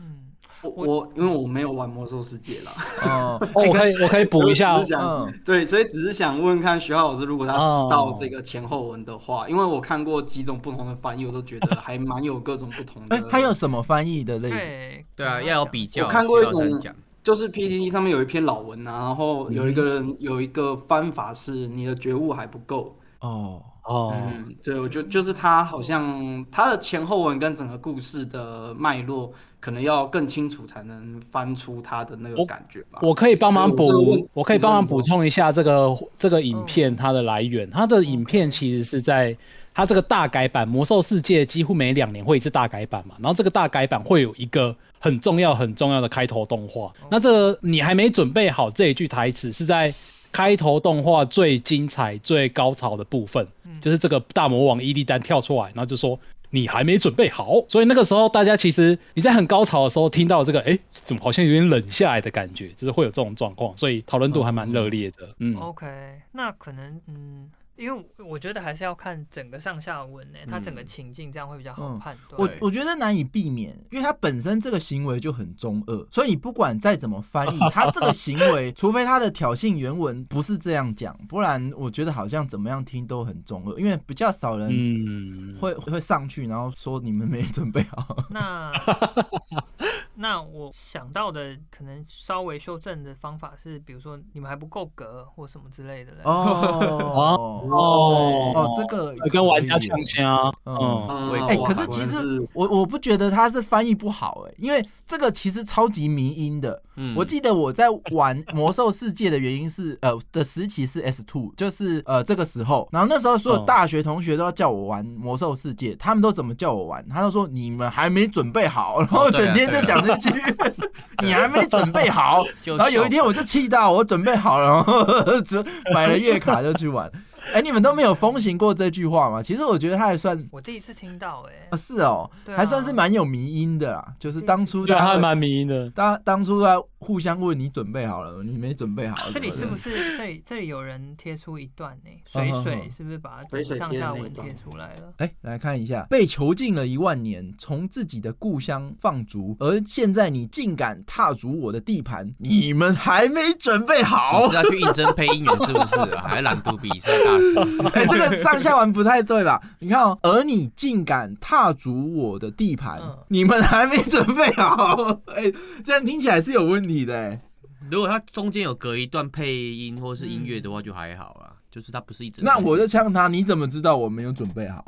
E: 嗯，
C: 我我因为我没有玩魔兽世界啦，
A: 哦，
C: 哎
B: 哦我可以我可以补一下
C: 我只是想
A: 嗯，
C: 对，所以只是想问问看徐浩老师，如果他知道
B: 哦
C: 这个前后文的话，因为我看过几种不同的翻译，我都觉得还蛮有各种不同
A: 哎
C: 的。，
A: 他有什么翻译的类型？
E: 对
D: 对啊，要有比较。
C: 我看过一种
D: 需要才讲，
C: 就是 PPT 上面有一篇老文啊，然
B: 嗯
C: 后有一个人有一个翻法是你的觉悟还不够。
A: 哦，
B: 哦，
C: 嗯，对，我觉得就是他好像他的前后文跟整个故事的脉络，可能要更清楚才能翻出他的那个
B: 我
C: 感觉吧。
B: 我可以帮忙
C: 所以我这个问
B: 补
C: 题，
B: 我可以帮忙补充一下这个这个影
E: 嗯
B: 片它的来源。它的影片其实是在它这个大改版《魔兽世界》几乎每两年会一次大改版嘛，然后这个大改版会有一个很重要很重要的开头动画。那这个你还没准备好这一句台词是在。开头动画最精彩、最高潮的部分，就是这个大魔王伊利丹跳出来，然后就说：“你还没准备好。”所以那个时候，大家其实你在很高潮的时候听到这个，哎、怎么好像有点冷下来的感觉，就是会有这种状况，所以讨论度还蛮热烈的。嗯，
E: OK，那可能嗯，因为我觉得还是要看整个上下文呢、它整个情境这样会比较好
A: 嗯
E: 判断。
A: 我我觉得难以避免，因为他本身这个行为就很中二，所以你不管再怎么翻 译，他这个行为，除非他的挑衅原文不是这样讲，不然我觉得好像怎么样听都很中二，因为比较少人
B: 嗯，
A: 会、会上去然后说你们没准备好。
E: 那那我想到的可能稍微修正的方法是，比如说你们还不够格或什么之类的嘞。
A: 哦
B: 哦
C: 呃
A: 哦，这个也
B: 跟玩家
A: 可以耶
B: 呛虾，
A: 嗯
B: 嗯，
C: 嗯，
D: 我也
A: 哎、
D: 哇
A: 可是其
C: 果然
A: 实我我不觉得他是翻译不好哎、因为这个其实超级迷音的。
D: 嗯
A: 我记得我在玩《魔兽世界》的原因是， 呃，的时期是 S two，就是呃这个时候，然后那时候所
D: 哦
A: 有
B: 嗯
A: 大学同学都要叫我玩《魔兽世界》，他们都怎么叫我玩？他都说你们还没准备好，然后
D: 哦对啊
A: 整
D: 啊
A: 天就讲这句， 你还没准备好。
D: 就
A: 然后有一天我就气到，我准备好了，然后就买了月卡就去 玩。哎、你们都没有风行过这句话吗？其实我觉得他还算
E: 我第一次听到哎、
A: 啊，是哦，
E: 对啊
A: 还算是蛮有迷因的啦，就是当初
B: 对，啊
A: 大
B: 还
A: 家会
B: 蛮迷的。
A: 当当初在互相问你准备好了，你没准备好，
E: 啊这里是不
A: 是？
E: 是这里这里有人贴出一段呢、
A: 嗯
E: 水
A: 嗯
E: 水
A: 嗯
E: 是不是把整
C: 水
E: 个
C: 水
E: 上
C: 贴的
E: 下
C: 那一
E: 文
C: 段
E: 贴出来了？
A: 哎，来看一下，被囚禁了一万年，从自己的故乡放逐，而现在你竟敢踏足我的地盘，你们还没准备
D: 你
A: 好
D: 是。要去应征配音员是不是啊？还朗读比赛大师？
A: 哎，这个上下文不太对吧？ 你看哦，而你竟敢踏足我的地盘，
E: 嗯
A: 你们还没准备好。哎，这样听起来是有问题的。哎
D: 如果他中间有隔一段配音或是音乐的话，就还好啦。就是他不是一整。
A: 那我就呛他，你怎么知道我没有准备好？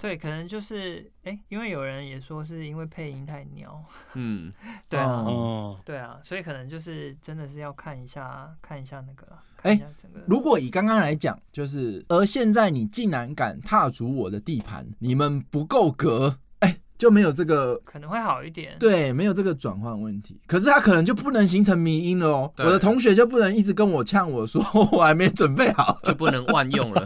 E: 对，可能就是哎、因为有人也说是因为配音太 鸟，
D: 嗯，
E: 对啊，
A: 哦
B: 嗯，
E: 对啊，所以可能就是真的是要看一下看一下那个啦，
A: 哎
E: 看一下整个。
A: 如果以刚刚来讲，就是而现在你竟然敢踏足我的地盘，你们不够格，哎，就没有这个。
E: 可能会好一点。
A: 对，没有这个转换问题，可是他可能就不能形成迷因了哦。我
D: 对
A: 的同学就不能一直跟我呛我说我还没准备好。
D: 就不能万用了。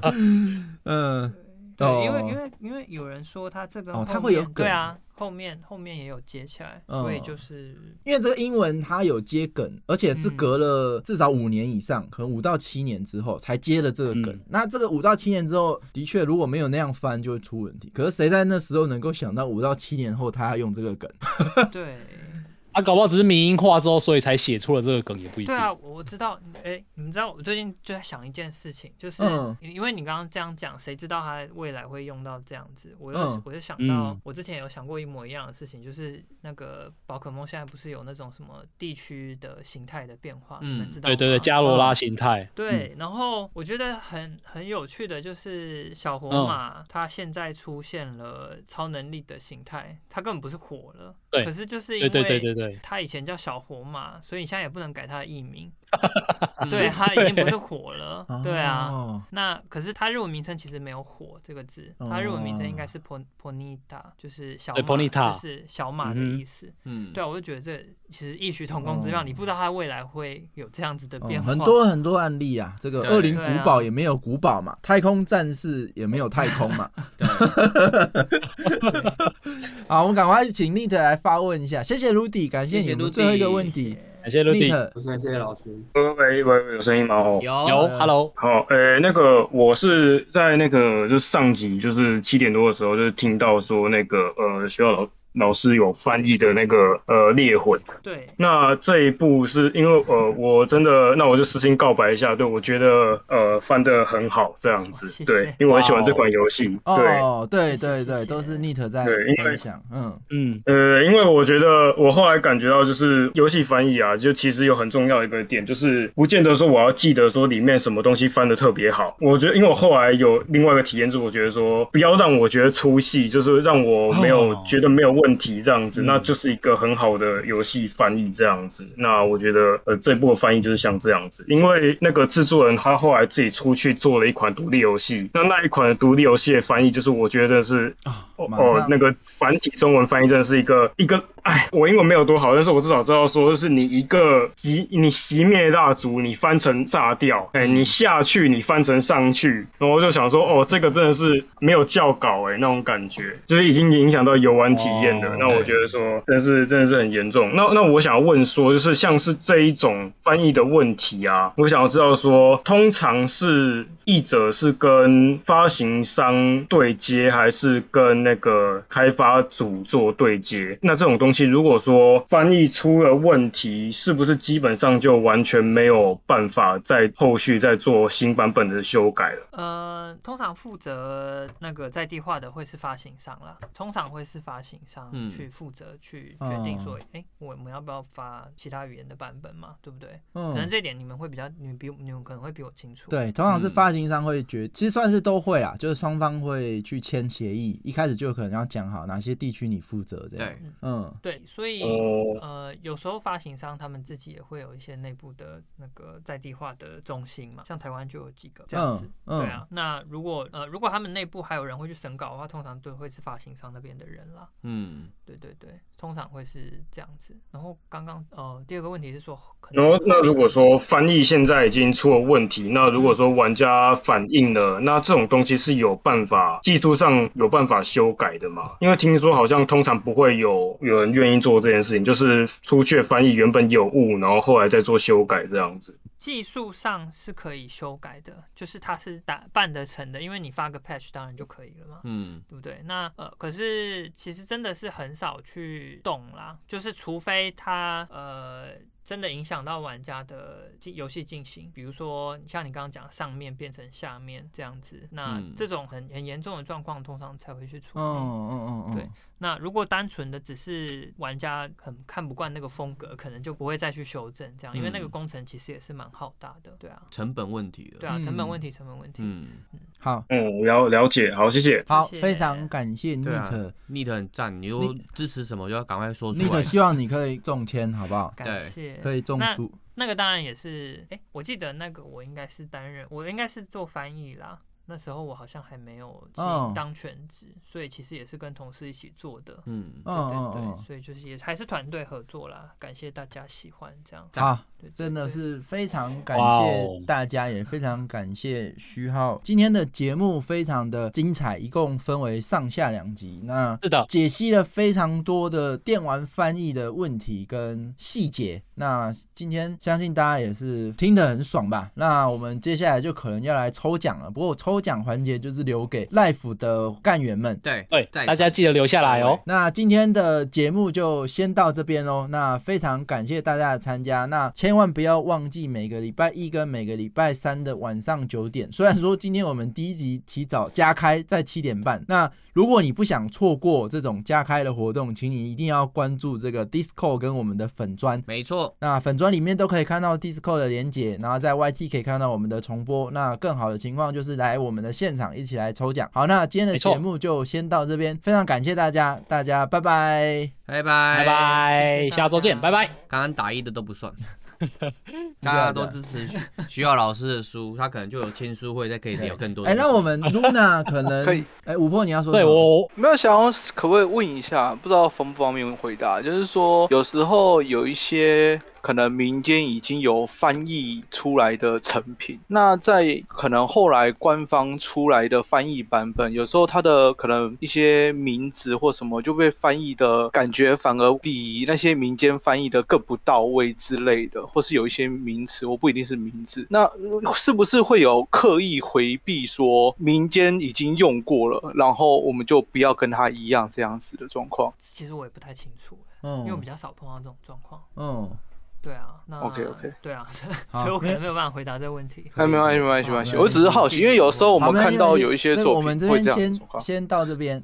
A: 嗯，
E: 对，
A: 哦
E: 因为因为因为有人说他这个
A: 哦它
E: 后
A: 会有
E: 面
A: 梗
E: 对啊，后面后面也有接起来，
A: 嗯
E: 所以 就是
A: 因为这个英文它有接梗，而且是
E: 嗯
A: 隔了至少五年以上，可能五到七年之后才接了这个梗。
B: 嗯
A: 那这个五到七年之后，的确如果没有那样翻，就会出问题。可是谁在那时候能够想到五到七年后他要用这个梗？
E: 对
B: 啊，搞不好只是迷音化之后，所以才写出了这个梗，也不一定
E: 对。啊，我我知道，哎，你们知道我最近就在想一件事情，就是
A: 嗯
E: 因为你刚刚这样讲，谁知道他未来会用到这样子？我又
A: 嗯
E: 我就想到
B: 嗯
E: 我之前有想过一模一样的事情，就是那个宝可梦现在不是有那种什么地区的形态的变化，你们
D: 嗯
E: 知道啊哦
B: 对对对，
E: 吗
B: 伽罗拉形态，
E: 对，然后我觉得很很有趣的就是小火
B: 嗯
E: 马，它现在出现了超能力的形态，它根本不是火了，
B: 对
E: 可是就是因
B: 对对对对
E: 为
B: 对，
E: 他以前叫小火马，所以你现在也不能改他的艺名。
D: 嗯
E: 对，他已经不是火了。 对啊。
A: 哦，
E: 那可是他日文名称其实没有“火”这个字，他日文名称应该是 “pon ponita”，就是小
B: 哦对
E: 马
B: ponita
E: 就是小马的意思。
D: 嗯，
E: 对啊，我就觉得这其实异曲同工之妙，
A: 哦
E: 你不知道他未来会有这样子的
A: 哦
E: 变化。
A: 很多很多案例啊，这个
D: 对
A: 恶灵
E: 对
A: 古
E: 啊
A: 堡也没有古堡 嘛，太空战士也没有太空嘛。
D: 对，
A: 好，我们赶快请 Nit 来发问一下，谢谢 Rudy，感谢
D: 谢谢
A: 你们
D: Rudy
A: 最后一个问题
B: 感谢 Rudy。
A: ，Nit，
C: 不是，谢谢老师。
G: 喂喂喂，喂有声音吗？哦，
D: 有
B: 有
A: 呃
B: ，Hello，
G: 好，呃、那个我是在那个就是上集就是七点多的时候，就是听到说那个呃学校老老师有翻译的那个呃猎魂，
E: 对，
G: 那这一部是因为呃我真的那我就私心告白一下，对我觉得呃翻的很好这样子，
E: 谢谢
G: 对，因为我很喜欢这款游戏，对。
A: 哦，对对对，
E: 谢谢谢谢
A: 都是 Nit 在
G: 对因为
A: 分享，嗯，
B: 嗯，
G: 呃，因为我觉得我后来感觉到，就是游戏翻译啊，就其实有很重要一个点，就是不见得说我要记得说里面什么东西翻的特别好。我觉得，因为我后来有另外一个体验，就是我觉得说不要让我觉得出戏，就是让我没有、
D: 哦
G: 觉得没有问题这样子，那就是一个很好的游戏翻译这样子。那我觉得，呃，这部的翻译就是像这样子，因为那个制作人他后来自己出去做了一款独立游戏，那那一款独立游戏的翻译，就是我觉得是
A: 啊，
G: 哦
A: 马
G: 哦
A: 上，
G: 那个繁体中文翻译真的是一个一个，哎，我英文没有多好，但是我至少知道说，就是你一个熄你熄灭蜡烛，你翻成炸掉，
A: 嗯
G: 哎，你下去你翻成上去，然后我就想说，哦，这个真的是没有教稿哎、那种感觉，就是已经影响到游玩体验了。
B: 哦
G: 那我觉得说，真的是真的是很严重。那那我想要问说，就是像是这一种翻译的问题啊，我想要知道说，通常是译者是跟发行商对接，还是跟那个开发组做对接？那这种东西，如果说翻译出了问题，是不是基本上就完全没有办法在后续再做新版本的修改了？
E: 呃，通常负责那个在地化的会是发行商啦，通常会是发行商
D: 嗯
E: 去负责去决定
A: 哦
E: 说，哎、我们要不要发其他语言的版本嘛，对不对？可能
A: 嗯，
E: 这点你们会比较，你们比你们可能会比我清楚。
A: 对，通常是
D: 嗯
A: 发行商会决，其实算是都会啊，就是双方会去签协议，一开始就可能要讲好哪些地区你负责这样，
D: 对，
A: 嗯，
E: 对，所以、
G: 哦
E: 呃，有时候发行商他们自己也会有一些内部的那个在地化的中心嘛，像台湾就有几个这样子。
A: 嗯嗯
E: 对啊，那如果呃如果他们内部还有人会去审稿的话，通常都会是发行商那边的人啦。
D: 嗯，
E: 对对对，通常会是这样子。然后刚刚呃，第二个问题是说，可能
G: 然后，那如果说翻译现在已经出了问题，那如果说玩家反映了，那这种东西是有办法技术上有办法修改的吗？因为听说好像通常不会有有人愿意做这件事情，就是出去翻译原本有误，然后后来再做修改这样子。
E: 技术上是可以修改的，就是它是打办得成的，因为你发个 patch 当然就可以了嘛。
D: 嗯，
E: 对不对？那呃，可是其实真的是很少去动啦，就是除非它呃真的影响到玩家的进游戏进行，比如说像你刚刚讲上面变成下面这样子，那
D: 嗯
E: 这种很很严重的状况，通常才会去处理。
A: 哦嗯嗯嗯，
E: 对那如果单纯的只是玩家很看不惯那个风格，可能就不会再去修正这样，因为那个
D: 嗯
E: 工程其实也是蛮浩大的，对啊，
D: 成本问题了，
E: 对啊，成本
A: 嗯
E: 问题，成本问题，
D: 嗯，
A: 好，
G: 嗯，了了解，好，谢谢。
A: 好，
E: 谢谢
A: 非常感谢
D: 对啊
A: Nit。
D: ，Nit 很赞，你又支持什么就要赶快说出
A: n i t
D: 来，
A: 希望你可以中签，好不好？
E: 感
D: 对
E: 谢，
A: 可以中
E: 那
A: 书，
E: 那个当然也是，哎，我记得那个我应该是担任，我应该是做翻译啦。那时候我好像还没有进
A: 哦
E: 当全职，所以其实也是跟同事一起做的。
D: 嗯，
A: 嗯
E: 对
A: 嗯
E: 对对，
A: 嗯，
E: 所以就是也还是团队合作啦，感谢大家喜欢这样。
D: 赞
A: 好，
E: 对对
A: 真的
E: 对
A: 是非常感
B: 哇哦
A: 谢大家，也非常感谢徐浩。今天的节目非常的精彩，一共分为上下两集。那
B: 是的，
A: 解析了非常多的电玩翻译的问题跟细节。那今天相信大家也是听得很爽吧？那我们接下来就可能要来抽奖了。不过我抽奖环节就是留给 Life 的干员们。
D: 对
B: 对，
D: 在
B: 大家记得留下来哦。
A: 那今天的节目就先到这边喽。那非常感谢大家的参加，那千万不要忘记每个礼拜一跟每个礼拜三的晚上九点。虽然说今天我们第一集提早加开在七点半，那如果你不想错过这种加开的活动，请你一定要关注这个 Discord 跟我们的粉砖。
D: 没错，
A: 那粉砖里面都可以看到 Discord 的连接，然后在 YT 可以看到我们的重播。那更好的情况就是来我们的现场一起来抽奖。好，那今天的
B: 没错
A: 节目就先到这边，非常感谢大家，大家拜哎拜。
D: 拜
B: 拜
D: 拜
B: 拜
E: 谢，谢
B: 下周见，
E: 大
B: 拜
E: 家
B: 拜。
D: 刚刚打一的都 不算。
A: 啊
D: 大家都支持徐徐浩老师的书，他可能就有签书会，再可以聊更多的
A: 哎、
D: 东西。
A: 那我们 Luna 可能
H: 可以
A: 哎，五破你要说
B: 对
A: 什么
B: 我
H: 没有想要可不可以问一下，不知道方不方便回答，就是说有时候有一些可能民间已经有翻译出来的成品，那在可能后来官方出来的翻译版本，呃有时候它的可能一些名字或什么就被翻译的感觉反而比那些民间翻译的更不到位之类的，或是有一些名词我不一定是名字，那呃是不是会有刻意回避说民间已经用过了，然后我们就不要跟它一样这样子的状况？
E: 其实我也不太清楚，因为我
A: 嗯
E: 比较少碰到这种状况。
A: 嗯，
E: 对啊，那
H: OK，OK
E: 对啊，
A: 好
E: 所以我可
A: 没有
E: 能没有办法回答这个问题。
H: 哎，没关系，没关系，没关系，
A: 好
H: 我只是好奇，因为有时候我
A: 好
H: 们
A: 没关
H: 看
A: 系
H: 到
A: 没关系
H: 有一些
A: 这个
H: 作
A: 我们
H: 品
A: 这
H: 会
A: 边
H: 这样的
A: 先
H: 状况。
A: 先到这边。